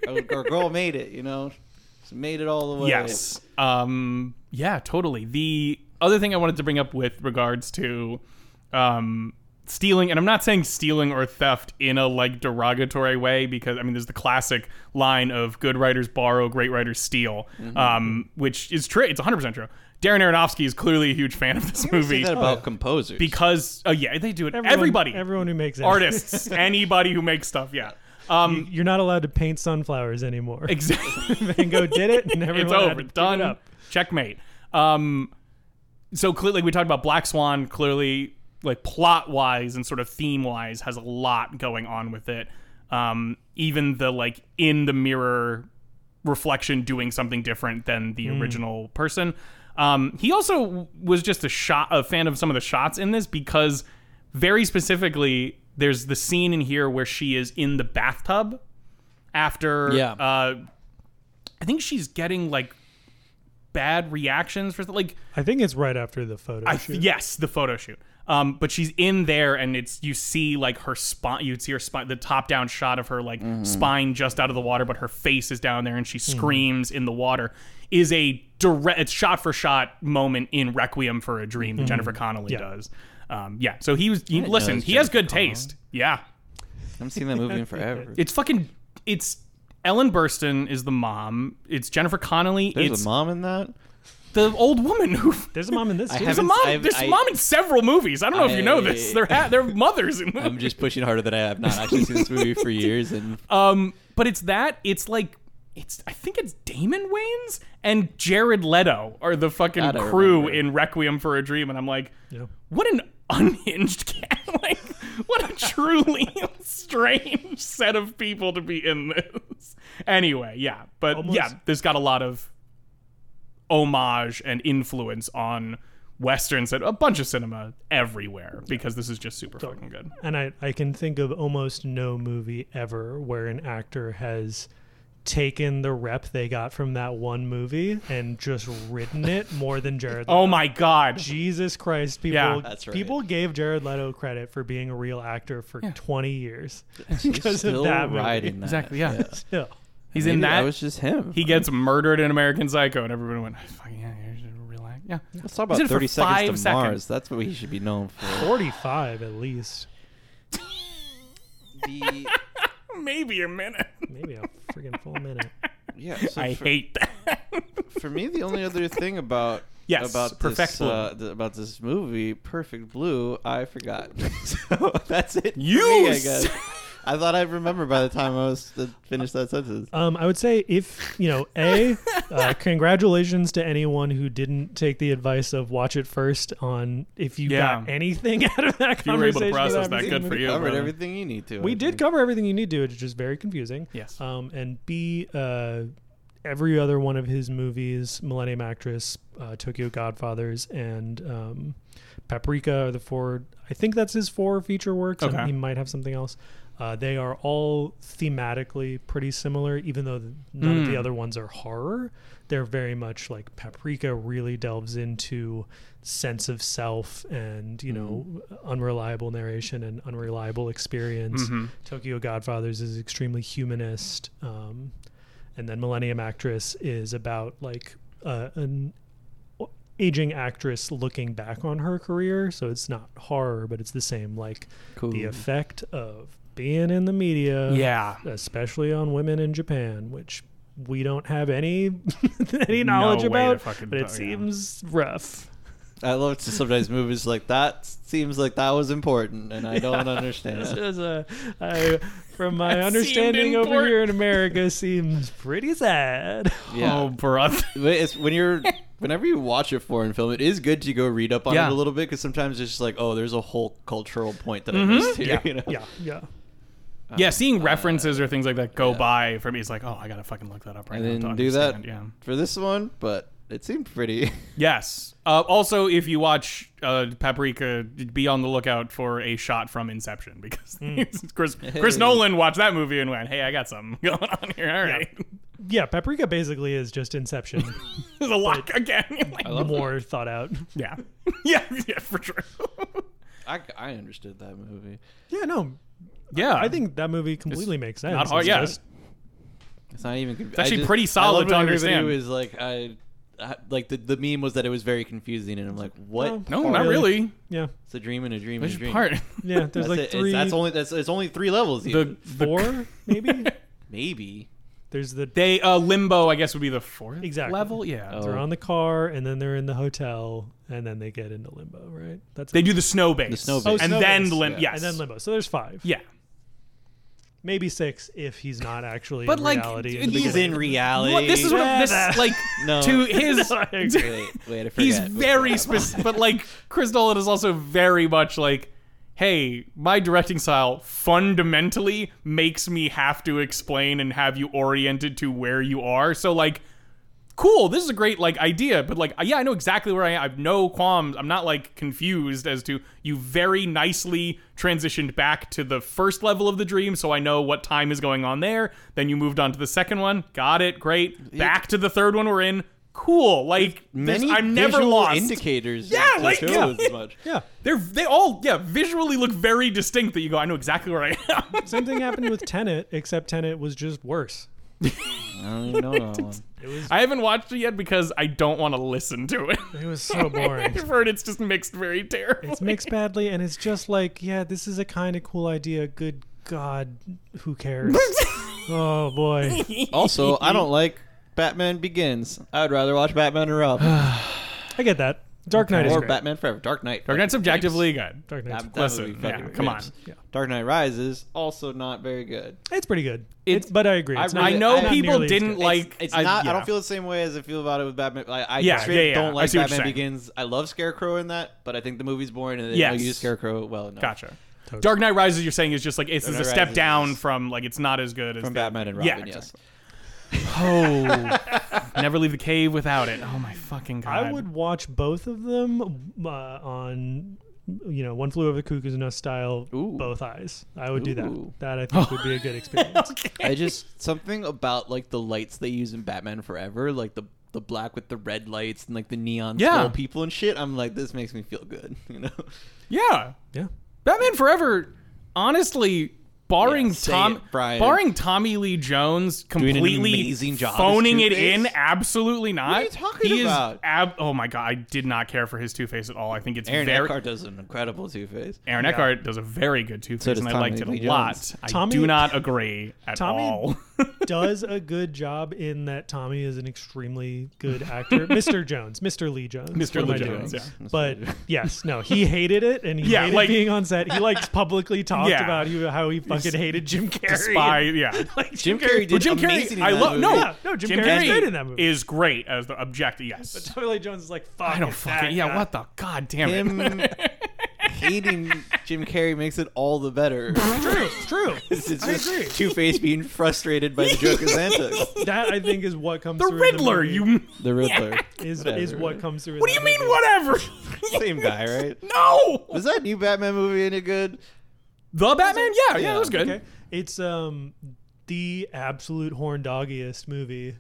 B: our, our girl made it, you know, She made it all the way.
A: Yes. Um. Yeah. Totally. The other thing I wanted to bring up with regards to, um, stealing, and I'm not saying stealing or theft in a like derogatory way because I mean there's the classic line of good writers borrow, great writers steal,
B: Mm-hmm.
A: um, which is true. It's 100 percent true. Darren Aronofsky is clearly a huge fan of this
B: Say
A: movie
B: that about composers.
A: because oh yeah they do it
C: Everyone-
A: everybody
C: everyone who makes it.
A: artists anybody who makes stuff yeah um
C: You're not allowed to paint sunflowers anymore.
A: exactly
C: Van Gogh did it, and everyone
A: it's
C: had
A: over.
C: to give it
A: Done.
C: up.
A: Checkmate. Um, so clearly, we talked about Black Swan. Clearly, like plot wise and sort of theme wise, has a lot going on with it. Um, even the like in the mirror reflection doing something different than the original person. Um, he also was just a shot a fan of some of the shots in this because very specifically, there's the scene in here where she is in the bathtub after
B: Yeah.
A: uh, I think she's getting like bad reactions for like
C: I think it's right after the photo
A: I
C: shoot.
A: yes the photo shoot. Um, but she's in there and it's you see like her spine you see her spine the top down shot of her like
C: Mm-hmm.
A: spine just out of the water but her face is down there and she screams in the water is a direct it's shot for shot moment in Requiem for a Dream
C: Mm-hmm.
A: that Jennifer Connelly does. Um, yeah, so he was he, listen
B: it's
A: he has
B: Jennifer
A: good taste. Yeah,
B: I haven't seen that movie in forever.
A: it's fucking it's Ellen Burstyn is the mom. It's Jennifer Connelly.
B: There's
A: it's
B: a mom in that.
A: the old woman who
C: There's a mom in this. too.
A: There's a
B: haven't-
A: mom.
B: I've-
A: there's a
B: I-
A: mom in several movies. I don't know if you know this.
B: I-
A: They're ha- they're mothers in movies.
B: I'm just pushing harder than I have not actually seen this movie for years, and
A: Um, but it's that. It's like it's. I think it's Damon Wayans and Jared Leto are the fucking
B: Gotta
A: crew
B: remember.
A: in Requiem for a Dream, and I'm like,
C: Yeah.
A: what an unhinged cat. like, what a truly strange set of people to be in this. Anyway, yeah, but
C: Almost-
A: yeah, there's got a lot of homage and influence on. Western said a bunch of cinema everywhere because this is just super fucking good.
C: and I, I can think of almost no movie ever where an actor has taken the rep they got from that one movie and just ridden it more than Jared Leto.
A: Oh my god.
C: Jesus Christ, people
A: Yeah.
B: That's right.
C: people gave Jared Leto credit for being a real actor for 20 years.
B: she's
C: Because of
B: still
C: that movie.
B: riding that.
A: Exactly, yeah.
C: Yeah.
A: He's
B: Maybe
A: in that.
B: That was just him.
A: he gets murdered in American Psycho, and everybody went, "Fucking yeah, you're just a real act." Yeah.
B: Let's talk
A: He's in
B: about
A: it for
B: 30
A: five
B: Seconds to
A: seconds.
B: Mars. That's what he should be known for.
C: 45 at least.
E: The,
A: Maybe a minute.
C: Maybe a freaking full minute.
E: yeah, so
A: I
E: for,
A: hate that.
E: for me, the only other thing about
A: Yes,
E: about
A: Perfect
E: this,
A: Blue.
E: uh, th- about this movie, Perfect Blue, I forgot. so that's it. for
A: You
E: me, I
A: s-
E: guess. I thought I'd remember by the time I was uh, finished that sentence.
C: Um, I would say if you know, a uh, congratulations to anyone who didn't take the advice of watch it first. On if you
A: Yeah.
C: got anything out of that
A: you were able
C: conversation,
A: to process
C: without
A: that,
C: seeing
A: good
C: the
A: for
C: movie.
A: you.
E: Covered
A: brother.
E: everything you need to.
C: We
E: I
C: did
E: think.
C: cover everything you need to. It's just very confusing.
A: Yes.
C: Um, and b Um, uh, every other one of his movies, Millennium Actress, uh, Tokyo Godfathers, and um, Paprika are the four. I think that's his four feature works. and
A: Okay.
C: He might have something else. Uh, they are all thematically pretty similar, even though th- none of the other ones are horror. They're very much like Paprika really delves into sense of self and you know unreliable narration and unreliable experience. Tokyo Godfathers is extremely humanist. Um, and then Millennium Actress is about like uh, an aging actress looking back on her career. So it's not horror, but it's the same like the effect of being in the media,
A: Yeah.
C: especially on women in Japan, which we don't have any any
A: No
C: knowledge
A: way to
C: about.
A: fucking
C: But it
A: talk- yeah.
C: seems rough.
B: I love to sometimes movies like that seems like that was important, and I don't understand.
C: This
B: it.
C: is a, I, from my
A: That
C: understanding
A: seemed
C: over here
A: important.
C: in America, seems pretty sad.
B: Yeah.
A: Oh, brother.
B: But it's when you're whenever you watch a foreign film, it is good to go read up on
A: Yeah.
B: it a little bit because sometimes it's just like, oh, there's a whole cultural point that
A: Mm-hmm.
B: I missed here. you know?
C: Yeah, yeah.
A: yeah,
B: Uh,
A: seeing references or things like that go by for me is like, oh, I gotta fucking look that up right
B: I
A: now. to
B: didn't do that
A: understand. Yeah.
B: for this one, but it seemed pretty.
A: Yes. Uh, also, if you watch uh, Paprika, be on the lookout for a shot from Inception because
C: Hmm.
A: Chris Chris Nolan watched that movie and went, "Hey, I got something going on here." All right,
C: Yeah, Paprika basically is just Inception,
A: there's a lot again. Like,
C: more thought out.
A: yeah, yeah, yeah, for sure.
B: I, I understood that movie.
C: Yeah, no,
A: yeah,
C: I think that movie completely makes sense.
A: not hard-
C: It's
A: yeah.
C: just-
B: It's not even. It's
A: actually pretty solid to understand.
B: It was like I, I like the, the meme was that it was very confusing, and I'm like, what?
A: no,
C: Oh,
A: not
C: really?
A: really.
C: yeah,
B: It's a dream and a dream and a
A: Which
B: dream.
A: part?
C: yeah. There's
B: That's
C: like
B: it. It's-
C: three,
B: That's only that's it's only three levels.
A: The,
B: Even.
A: the
C: four, maybe.
B: Maybe.
C: There's the
A: they uh, limbo, I guess, would be the fourth
C: Exactly.
A: level. Yeah,
B: Oh.
C: they're on the car, and then they're in the hotel, and then they get into limbo, right? That's
A: they do the snow base,
B: snow base.
C: Oh,
A: and
C: snow
A: then
C: base,
A: limbo.
B: yeah.
A: Yes,
C: and then limbo. So there's five,
A: Yeah,
C: maybe six if he's not actually.
A: But,
C: in
A: like,
C: reality
A: dude,
B: He's in reality.
A: Well, this is what
C: Yeah,
A: this
C: that-
A: like
B: No.
A: to his.
C: I agree.
B: Wait, wait, I forget.
A: he's
B: which
A: very
B: one.
A: specific, but like Chris Nolan is also very much like, hey, my directing style fundamentally makes me have to explain and have you oriented to where you are. So like, cool, this is a great like idea, but like, yeah, I know exactly where I am. I've no qualms. I'm not like confused as to you. Very nicely transitioned back to the first level of the dream, so I know what time is going on there. Then you moved on to the second one. Got it. Great. Back to the third one. We're in. Cool. Like this-
B: Many
A: I'm never
B: visual
A: lost.
B: Indicators.
A: Yeah,
B: to
A: like,
B: show
A: yeah.
B: as much.
C: Yeah,
A: They're they all yeah visually look very distinct. That you go, I know exactly where I am.
C: same thing happened with Tenet, except Tenet was just worse.
B: I don't even know that one.
A: I haven't watched it yet because I don't want to listen to it.
C: It was so boring.
A: I've heard it's just mixed very terrible.
C: It's mixed badly, and it's just like, yeah, this is a kind of cool idea. Good God, who cares? oh boy,
B: Also, I don't like Batman Begins. I'd rather watch Batman or Up
C: I get that. Dark Knight is
B: or
C: great.
B: Batman Forever. Dark Knight.
A: Dark Knight's objectively good.
C: Dark Knight's
B: That, that
A: Listen,
B: movie
A: yeah,
B: fucking
A: come on.
B: rips.
C: Yeah.
B: Dark Knight Rises also not very good.
C: It's pretty good.
A: It's-
C: It's, but I agree. It's
B: I
C: not-
A: I know
C: it's not
A: people
C: nearly as
A: didn't
C: good.
A: like.
B: It's not. I
A: yeah.
B: don't feel the same way as I feel about it with Batman. I, I
A: Yeah,
B: straight
A: yeah, yeah.
B: don't
A: I
B: like
A: see what you're
B: Batman
A: saying.
B: Begins. I love Scarecrow in that, but I think the movie's boring and they
A: Yes.
B: don't use Scarecrow well enough.
A: Gotcha. Dark Knight Rises, you're saying, is just like it's, it's
B: Dark
A: a
B: Knight
A: step
B: Rises
A: down
B: is-
A: from like it's not as good as
B: From
A: the-
B: Batman and Robin,
A: Yeah,
B: yes.
A: Oh, never leave the cave without it. Oh my fucking god!
C: I would watch both of them uh, on, you know, One Flew Over the Cuckoo's Nest style,
B: Ooh.
C: both eyes. I would do
B: Ooh.
C: that. That I think would be a good experience.
B: I just something about like the lights they use in Batman Forever, like the the black with the red lights and like the neon
A: Yeah.
B: skull people and shit. I'm like, this makes me feel good, you know.
A: Yeah,
C: Yeah.
A: Batman Forever, honestly, barring
B: Yeah, say
A: Tom,
B: it, Brian.
A: barring Tommy Lee Jones
B: an
A: completely
B: amazing job as
A: phoning it
B: Two-Face.
A: in, absolutely not.
B: are you talking
A: he Is
B: about?
A: ab- oh my god, I did not care for his Two Face at all. I think it's
B: Aaron
A: very.
B: Eckhart does an incredible Two Face.
A: Aaron Eckhart does a very good Two Face,
B: So does
A: and I
B: Tommy
A: liked it a
B: Lee
A: lot.
B: Jones.
A: I
C: Tommy-
A: do not agree at
C: Tommy-
A: all.
C: Does a good job in that Tommy is an extremely good actor. Mr. Jones, Mr. Lee Jones.
A: Mr.
C: What am
A: Lee
C: I doing?
A: Jones, yeah.
C: But yes, no, he hated it and he
A: Yeah,
C: hated
A: like-
C: being on set. He like publicly talked
A: Yeah.
C: about he- how he fucking hated Jim Carrey.
A: Spy, yeah.
C: Like
B: Jim Carrey did
A: But Jim Carrey,
B: amazing in
A: I
B: that
A: love
B: movie.
A: no,
C: Yeah, no, Jim Carrey's great in that movie.
A: Is great as the objective. Yes,
C: Tommy Lee Jones is like, fuck.
A: I don't
C: it, that uh,
A: fucking yeah.
C: guy.
A: What the god damn it?
B: him
E: hating Jim Carrey makes it all the better.
C: True, true.
E: It's
C: I agree.
E: just Two Face being frustrated by the Joker's antics.
C: That I think is what comes
A: The
C: through.
A: Riddler,
C: in the
A: you.
C: movie,
E: The Riddler,
C: is is
E: Whatever.
C: what comes through. in
A: What do you
C: that
A: mean,
C: movie.
A: whatever?
E: same guy, right?
A: No!
E: Was that new Batman movie any good?
A: The Batman? Yeah, yeah, that was good.
C: Okay, it's um the absolute horn doggiest movie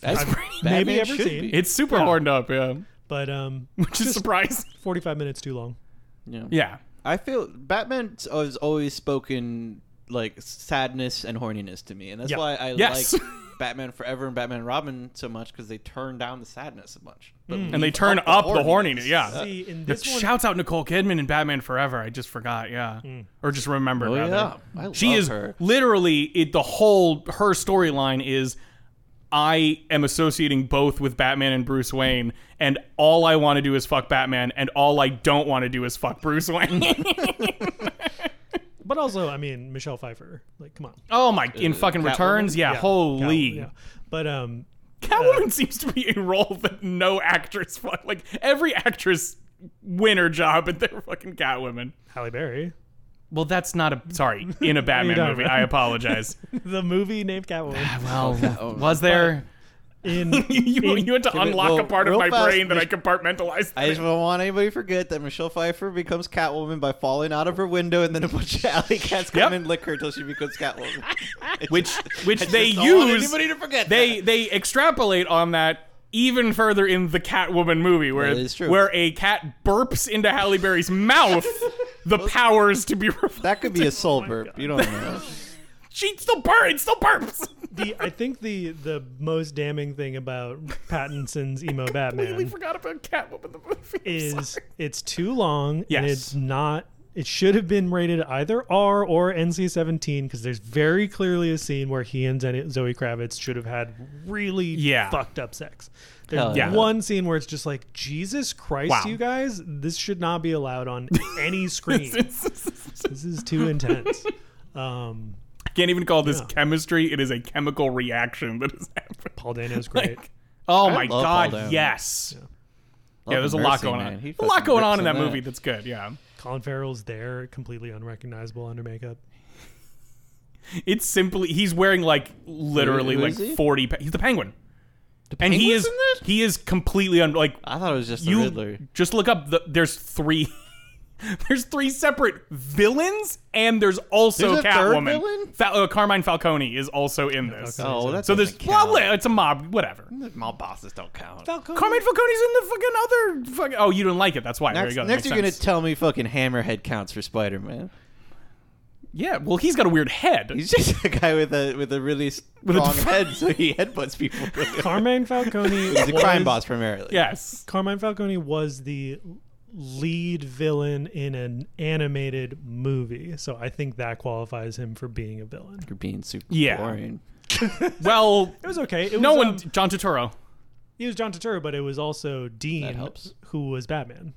B: That's
C: I've
B: Batman
C: maybe ever
B: should
C: seen,
B: be.
A: It's super horned up, yeah.
C: but um
A: Which is surprising.
C: 45 minutes too long.
E: Yeah.
A: Yeah.
E: I feel uh,
B: Batman has always spoken like sadness and horniness to me, and that's
C: Yeah.
B: why I
A: Yes.
B: like Batman Forever and Batman and Robin so much because they turn down the sadness so much. But
A: Mm. And they turn up the horniness,
B: horniness.
A: yeah.
C: See, in
A: Uh, The
C: this one
A: shouts out Nicole Kidman in Batman Forever. I just forgot, yeah.
C: Mm.
A: Or just remembered,
B: Oh,
A: rather.
B: yeah. I
A: she
B: love
A: is
B: her.
A: literally it, the whole her storyline is I am associating both with Batman and Bruce Wayne, and all I want to do is fuck Batman, and all I don't want to do is fuck Bruce Wayne.
C: but also I mean Michelle Pfeiffer. Like come on.
A: oh my! In fucking returns, yeah,
C: Uh, Yeah,
A: holy.
C: Catwoman, yeah. But um
A: Catwoman seems to be a role that no actress fuck like every actress win her job and they're fucking Catwoman.
C: Halle Berry,
A: Well, that's not a sorry in a Batman
C: don't,
A: movie.
C: right?
A: I apologize.
C: the movie named Catwoman
A: well, was there?
C: in
A: you,
C: in-
A: you had to
E: we-
A: unlock
E: well,
A: a part of
E: real
A: my
E: fast,
A: brain that I
E: Mich-
A: compartmentalized.
E: I just don't want anybody to forget that Michelle Pfeiffer becomes Catwoman by falling out of her window, and then a bunch of alley cats come
A: Yep.
E: and lick her until she becomes Catwoman. It's
A: which
E: just-
A: which
E: I just
A: they
E: don't want
A: use.
E: anybody to forget
A: They they extrapolate on that even further in the Catwoman movie, where
E: That is true.
A: where a cat burps into Halle Berry's mouth, the powers to be revived.
E: that could be a
A: oh
E: soul burp. You don't know.
A: She still burps. It still burps.
C: the I think the the most damning thing about Pattinson's emo
A: completely
C: Batman
A: forgot about Catwoman the movie. I'm
C: is
A: sorry.
C: it's too long and
A: Yes.
C: it's not it should have been rated either R or NC-17 because there's very clearly a scene where he and Zen- Zoe Kravitz should have had really
A: Yeah.
C: fucked up sex. There's
E: Hell yeah.
C: one scene where it's just like Jesus Christ,
A: Wow.
C: you guys, this should not be allowed on any screen. this is too intense. Um,
A: Can't even call this chemistry. It is a chemical reaction that is happening.
C: Paul Dano's great.
A: Like, oh my
E: love Paul
A: god,
E: Dano.
A: yes. Yeah,
E: Love
A: there's a
E: and
A: lot
E: mercy,
A: going
E: man.
A: on.
E: He
A: A lot
E: fucking
A: going on
E: rips
A: in
E: on
A: that
E: that.
A: movie that's good, yeah.
C: Colin Farrell's there, completely unrecognizable under makeup.
A: It's simply he's wearing like literally
E: Who- who
A: like
E: is he?
A: 40 pa- he's the penguin. and he
E: Penguin's
A: is
E: in this?
A: he is completely un- like
E: I thought it was just the
A: you
E: Riddler.
A: just look up the there's three there's three separate villains and there's also
E: There's a third
A: Catwoman.
E: villain?
A: Fa- uh, Carmine Falcone is also in this.
C: Falcone.
E: Oh, that's
A: So there's well, li- it's a mob, whatever.
E: my bosses don't count.
A: Carmine Falcone's in the fucking other fucking. Oh, you didn't like it. That's why. there
E: Next,
A: you go. That
E: next
A: makes
E: you're gonna
A: sense.
E: tell me fucking Hammerhead counts for Spider-Man.
A: yeah. Well, he's got a weird head.
E: He's just a guy with a with a really
A: a
E: strong head, so he headbutts people.
C: Carmine Falcone
E: He's a
C: was-
E: crime boss primarily.
A: yes.
C: Carmine Falcone was the lead villain in an animated movie, so I think that qualifies him for being a villain.
E: You're being super
A: Yeah.
E: boring.
A: Well,
C: It was okay. It
A: no
C: was,
A: one.
C: um,
A: John Turturro.
C: he was John Turturro, but it was also Dean,
E: helps.
C: who was Batman.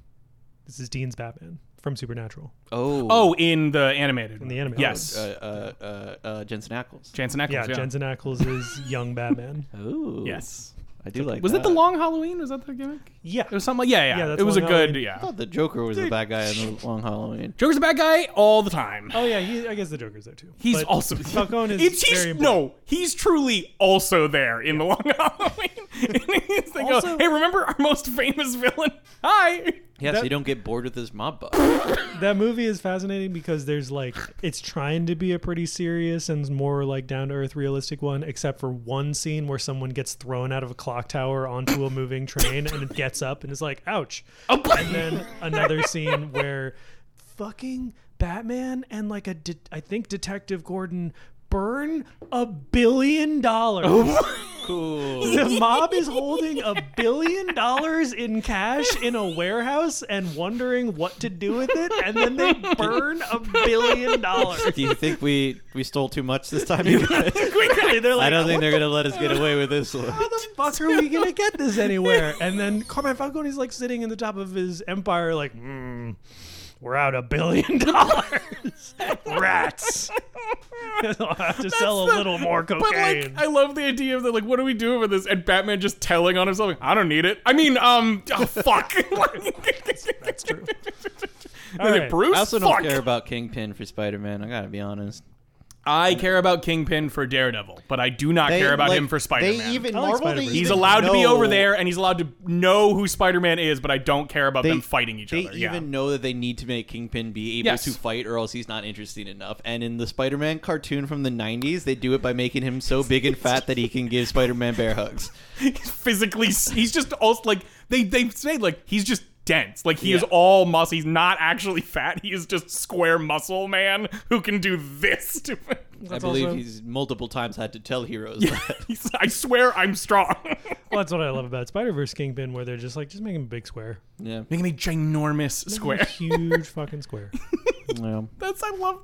C: This is Dean's Batman from Supernatural.
E: Oh.
A: Oh, in the animated. In
C: the animated. Oh,
A: Yes.
E: Uh, uh, uh, uh, Jensen Ackles.
A: Jansen Ackles.
C: Yeah,
A: Yeah.
C: Jensen Ackles is young Batman.
E: Ooh.
A: Yes.
E: I do like
A: Was
E: that.
A: it the Long Halloween? Was that the gimmick?
C: Yeah,
A: It was something like yeah, yeah.
C: Uh, Yeah, that's
A: it was a
C: Long
A: good
C: Halloween.
E: I
A: yeah.
E: thought the Joker was the bad guy in the Long Halloween.
A: Joker's a bad guy all the time.
C: Oh yeah, he, I guess the Joker's there too.
A: He's
C: But
A: also
C: Falcone is
A: It's- he's-
C: very important.
A: no, he's truly also there in the Long Halloween. And he's- they go,
C: Also-
A: hey, remember our most famous villain? Hi.
E: Yeah, so
C: That-
E: you don't get bored with his mob boss.
C: that movie is fascinating because there's like it's trying to be a pretty serious and more like down to earth realistic one except for one scene where someone gets thrown out of a clock tower onto a moving train and it gets up and is like ouch
A: Oh.
C: and then another scene where fucking batman and like a de- i think detective gordon burn a billion dollars
E: cool.
C: the mob is holding a billion dollars in cash in a warehouse and wondering what to do with it, and then they burn a billion dollars.
E: Do you think we we stole too much this time? you guys?
C: Quickly, they're
E: I
C: like,
E: don't think they're gonna let us get away with this one.
C: how the fuck are we gonna get this anywhere? And then Carmine Falcone's like sitting in the top of his empire, like, hmm, we're out a billion dollars. Rats. I'll have to sell a
A: the-
C: little more
A: But
C: cocaine.
A: like, I love the idea of the like, what do we do with this? And Batman just telling on himself, like, I don't need it. I mean, um, oh, fuck.
C: That's true. All
A: Like,
C: right.
A: Bruce,
B: I also don't
A: fuck.
B: care about Kingpin for Spider Man. I gotta be honest.
A: I care about Kingpin for Daredevil, but I do not care about
E: like,
A: him for Spider Man.
E: They even
C: I like
E: Marvel. they
C: Spider-Man.
A: He's
E: even
A: allowed to be
E: know-
A: over there, and he's allowed to know who Spider Man is, but I don't care about
E: They-
A: them fighting each
E: they
A: other.
E: even
A: yeah.
B: know that they need to make Kingpin be able
A: Yes.
B: to fight, or else he's not interesting enough. And in the Spider-Man cartoon from the '90s, they do it by making him so big and fat that he can give Spider-Man bear hugs.
A: He's physically he's just also like they they say like he's just dense like he is all muscle he's not actually fat he is just square muscle man who can do this to him.
B: I
C: That's
B: believe
C: also-
B: he's multiple times had to tell heroes that.
A: He's, i swear i'm strong
C: Well, that's what I love about Spider Verse Kingpin, where they're just like, just make him a big square,
B: Yeah,
A: making me ginormous
C: A
A: square
C: huge fucking square.
B: yeah.
A: that's i love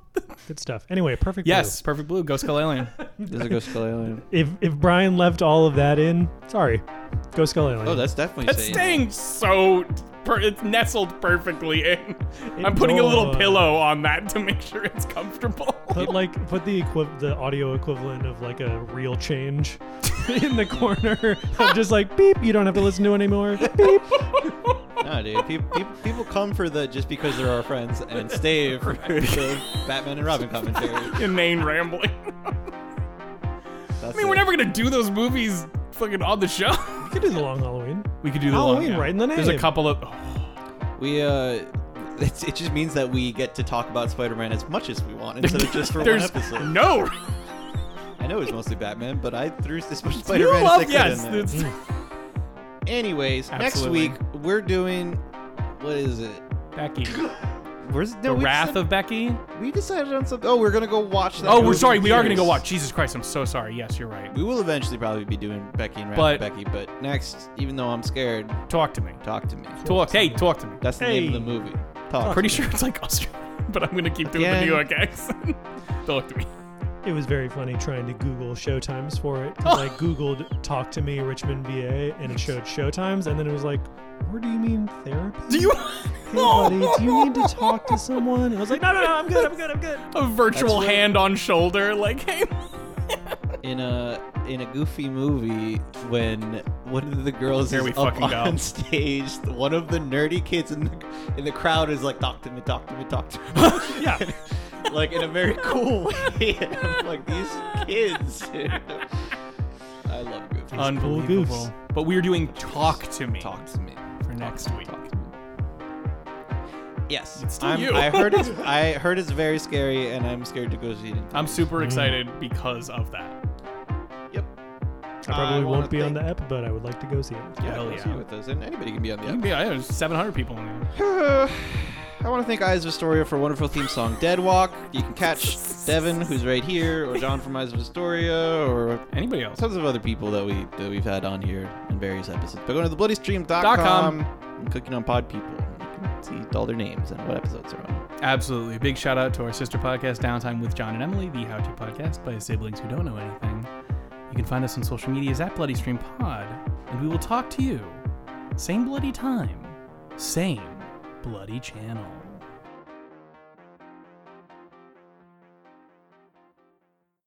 C: Good stuff. Anyway, perfect.
A: yes perfect blue ghost skull alien
B: There's a Ghost Skull Alien.
C: Blue. If if Brian left all of that in, sorry, go Skull Alien.
B: Oh, that's definitely
A: that's staying
B: saying-
A: so per- it's nestled perfectly in i'm putting a little
C: does.
A: pillow on that to make sure it's comfortable
C: Put like put the equi- the audio equivalent of like a real change in the corner of just like beep. You don't have to listen to it anymore. Beep.
B: No, dude. People, people, people come for the just because they're our friends, and stay for the Batman and Robin commentary.
A: inane rambling
B: That's
A: I mean,
B: it.
A: we're never gonna do those movies fucking on the show.
C: You could do the long Halloween.
A: We could do the
C: Halloween,
A: long,
C: right in the
A: There's a
C: name.
A: couple of.
B: We uh, it's, it just means that we get to talk about Spider-Man as much as we want instead of just for one
A: There's
B: episode.
A: no.
B: I know it's mostly Batman, but I threw as much
A: You
B: Spider-Man as I
A: love
B: could
A: yes.
B: in there.
A: it's-
B: Anyways,
A: Absolutely.
B: next week we're doing what is it?
A: Becky,
B: Where's no,
A: the
B: we
A: Wrath
B: decided,
A: of Becky.
B: We decided on something. Oh, we're gonna go watch that.
A: Oh, we're
B: movie
A: sorry. We are gonna
B: theaters.
A: go watch. Jesus Christ, I'm so sorry. Yes, you're right.
B: We will eventually probably be doing Becky and Wrath
A: But-
B: of Becky, but next, even though I'm scared,
A: Talk to me.
B: talk to me.
A: Talk. Hey, talk to me.
B: That's the name of the movie. Talk.
A: Pretty sure it's like Australian, but I'm gonna keep doing the
B: Again.
A: New York accent. talk to me.
C: It was very funny trying to Google showtimes for it. 'cause I Googled "talk to me Richmond VA" and it showed showtimes, and then it was like, "Or do you mean therapy?
A: Do you?
C: Hey, buddy, do you need to talk to someone?" And I was like, "No, no, no, I'm good, I'm good, I'm good."
A: A virtual
B: That's what-
A: hand on shoulder, like hey.
B: in a in a goofy movie when one of the girls
A: Here
B: is
A: we
B: up
A: fucking go.
B: on stage, one of the nerdy kids in the in the crowd is like, "Talk to me, talk to me, talk to me,"
C: Yeah.
B: like in a very cool way. And I'm like these kids. dude." I love goofy.
A: Unbelievable. But we're doing Uh, talk to me
B: talk to me.
A: for next week.
B: Talk to me. Yes,
A: It's still
B: I'm-
A: you.
B: I heard it's I heard it's very scary, and I'm scared to go see it. in
A: I'm super excited because of that.
B: Yep.
C: I probably
B: wanna
C: won't be on
B: thank-
C: the app, but I would like to go see it.
B: Yeah,
A: Hell
B: go
A: yeah.
B: see it with us, and anybody can be on the app.
A: Yeah, there's 700 people in there.
B: Uh, I want to thank Eyes of Astoria for a wonderful theme song, Dead Walk. You can catch Devin, who's right here, or John from Eyes of Astoria, or
A: Anybody else?
B: tons of other people that we that we've had on here in various episodes. But go to
A: Dot
B: thebloodystream.com
A: com.
B: and clicking on Pod People, and you can see all their names and what episodes are on.
A: Absolutely. Big shout out to our sister podcast, Downtime with John and Emily, the How To Podcast by siblings who don't know anything. You can find us on social medias at Bloody Stream Pod, and we will talk to you same bloody time, same bloody channel.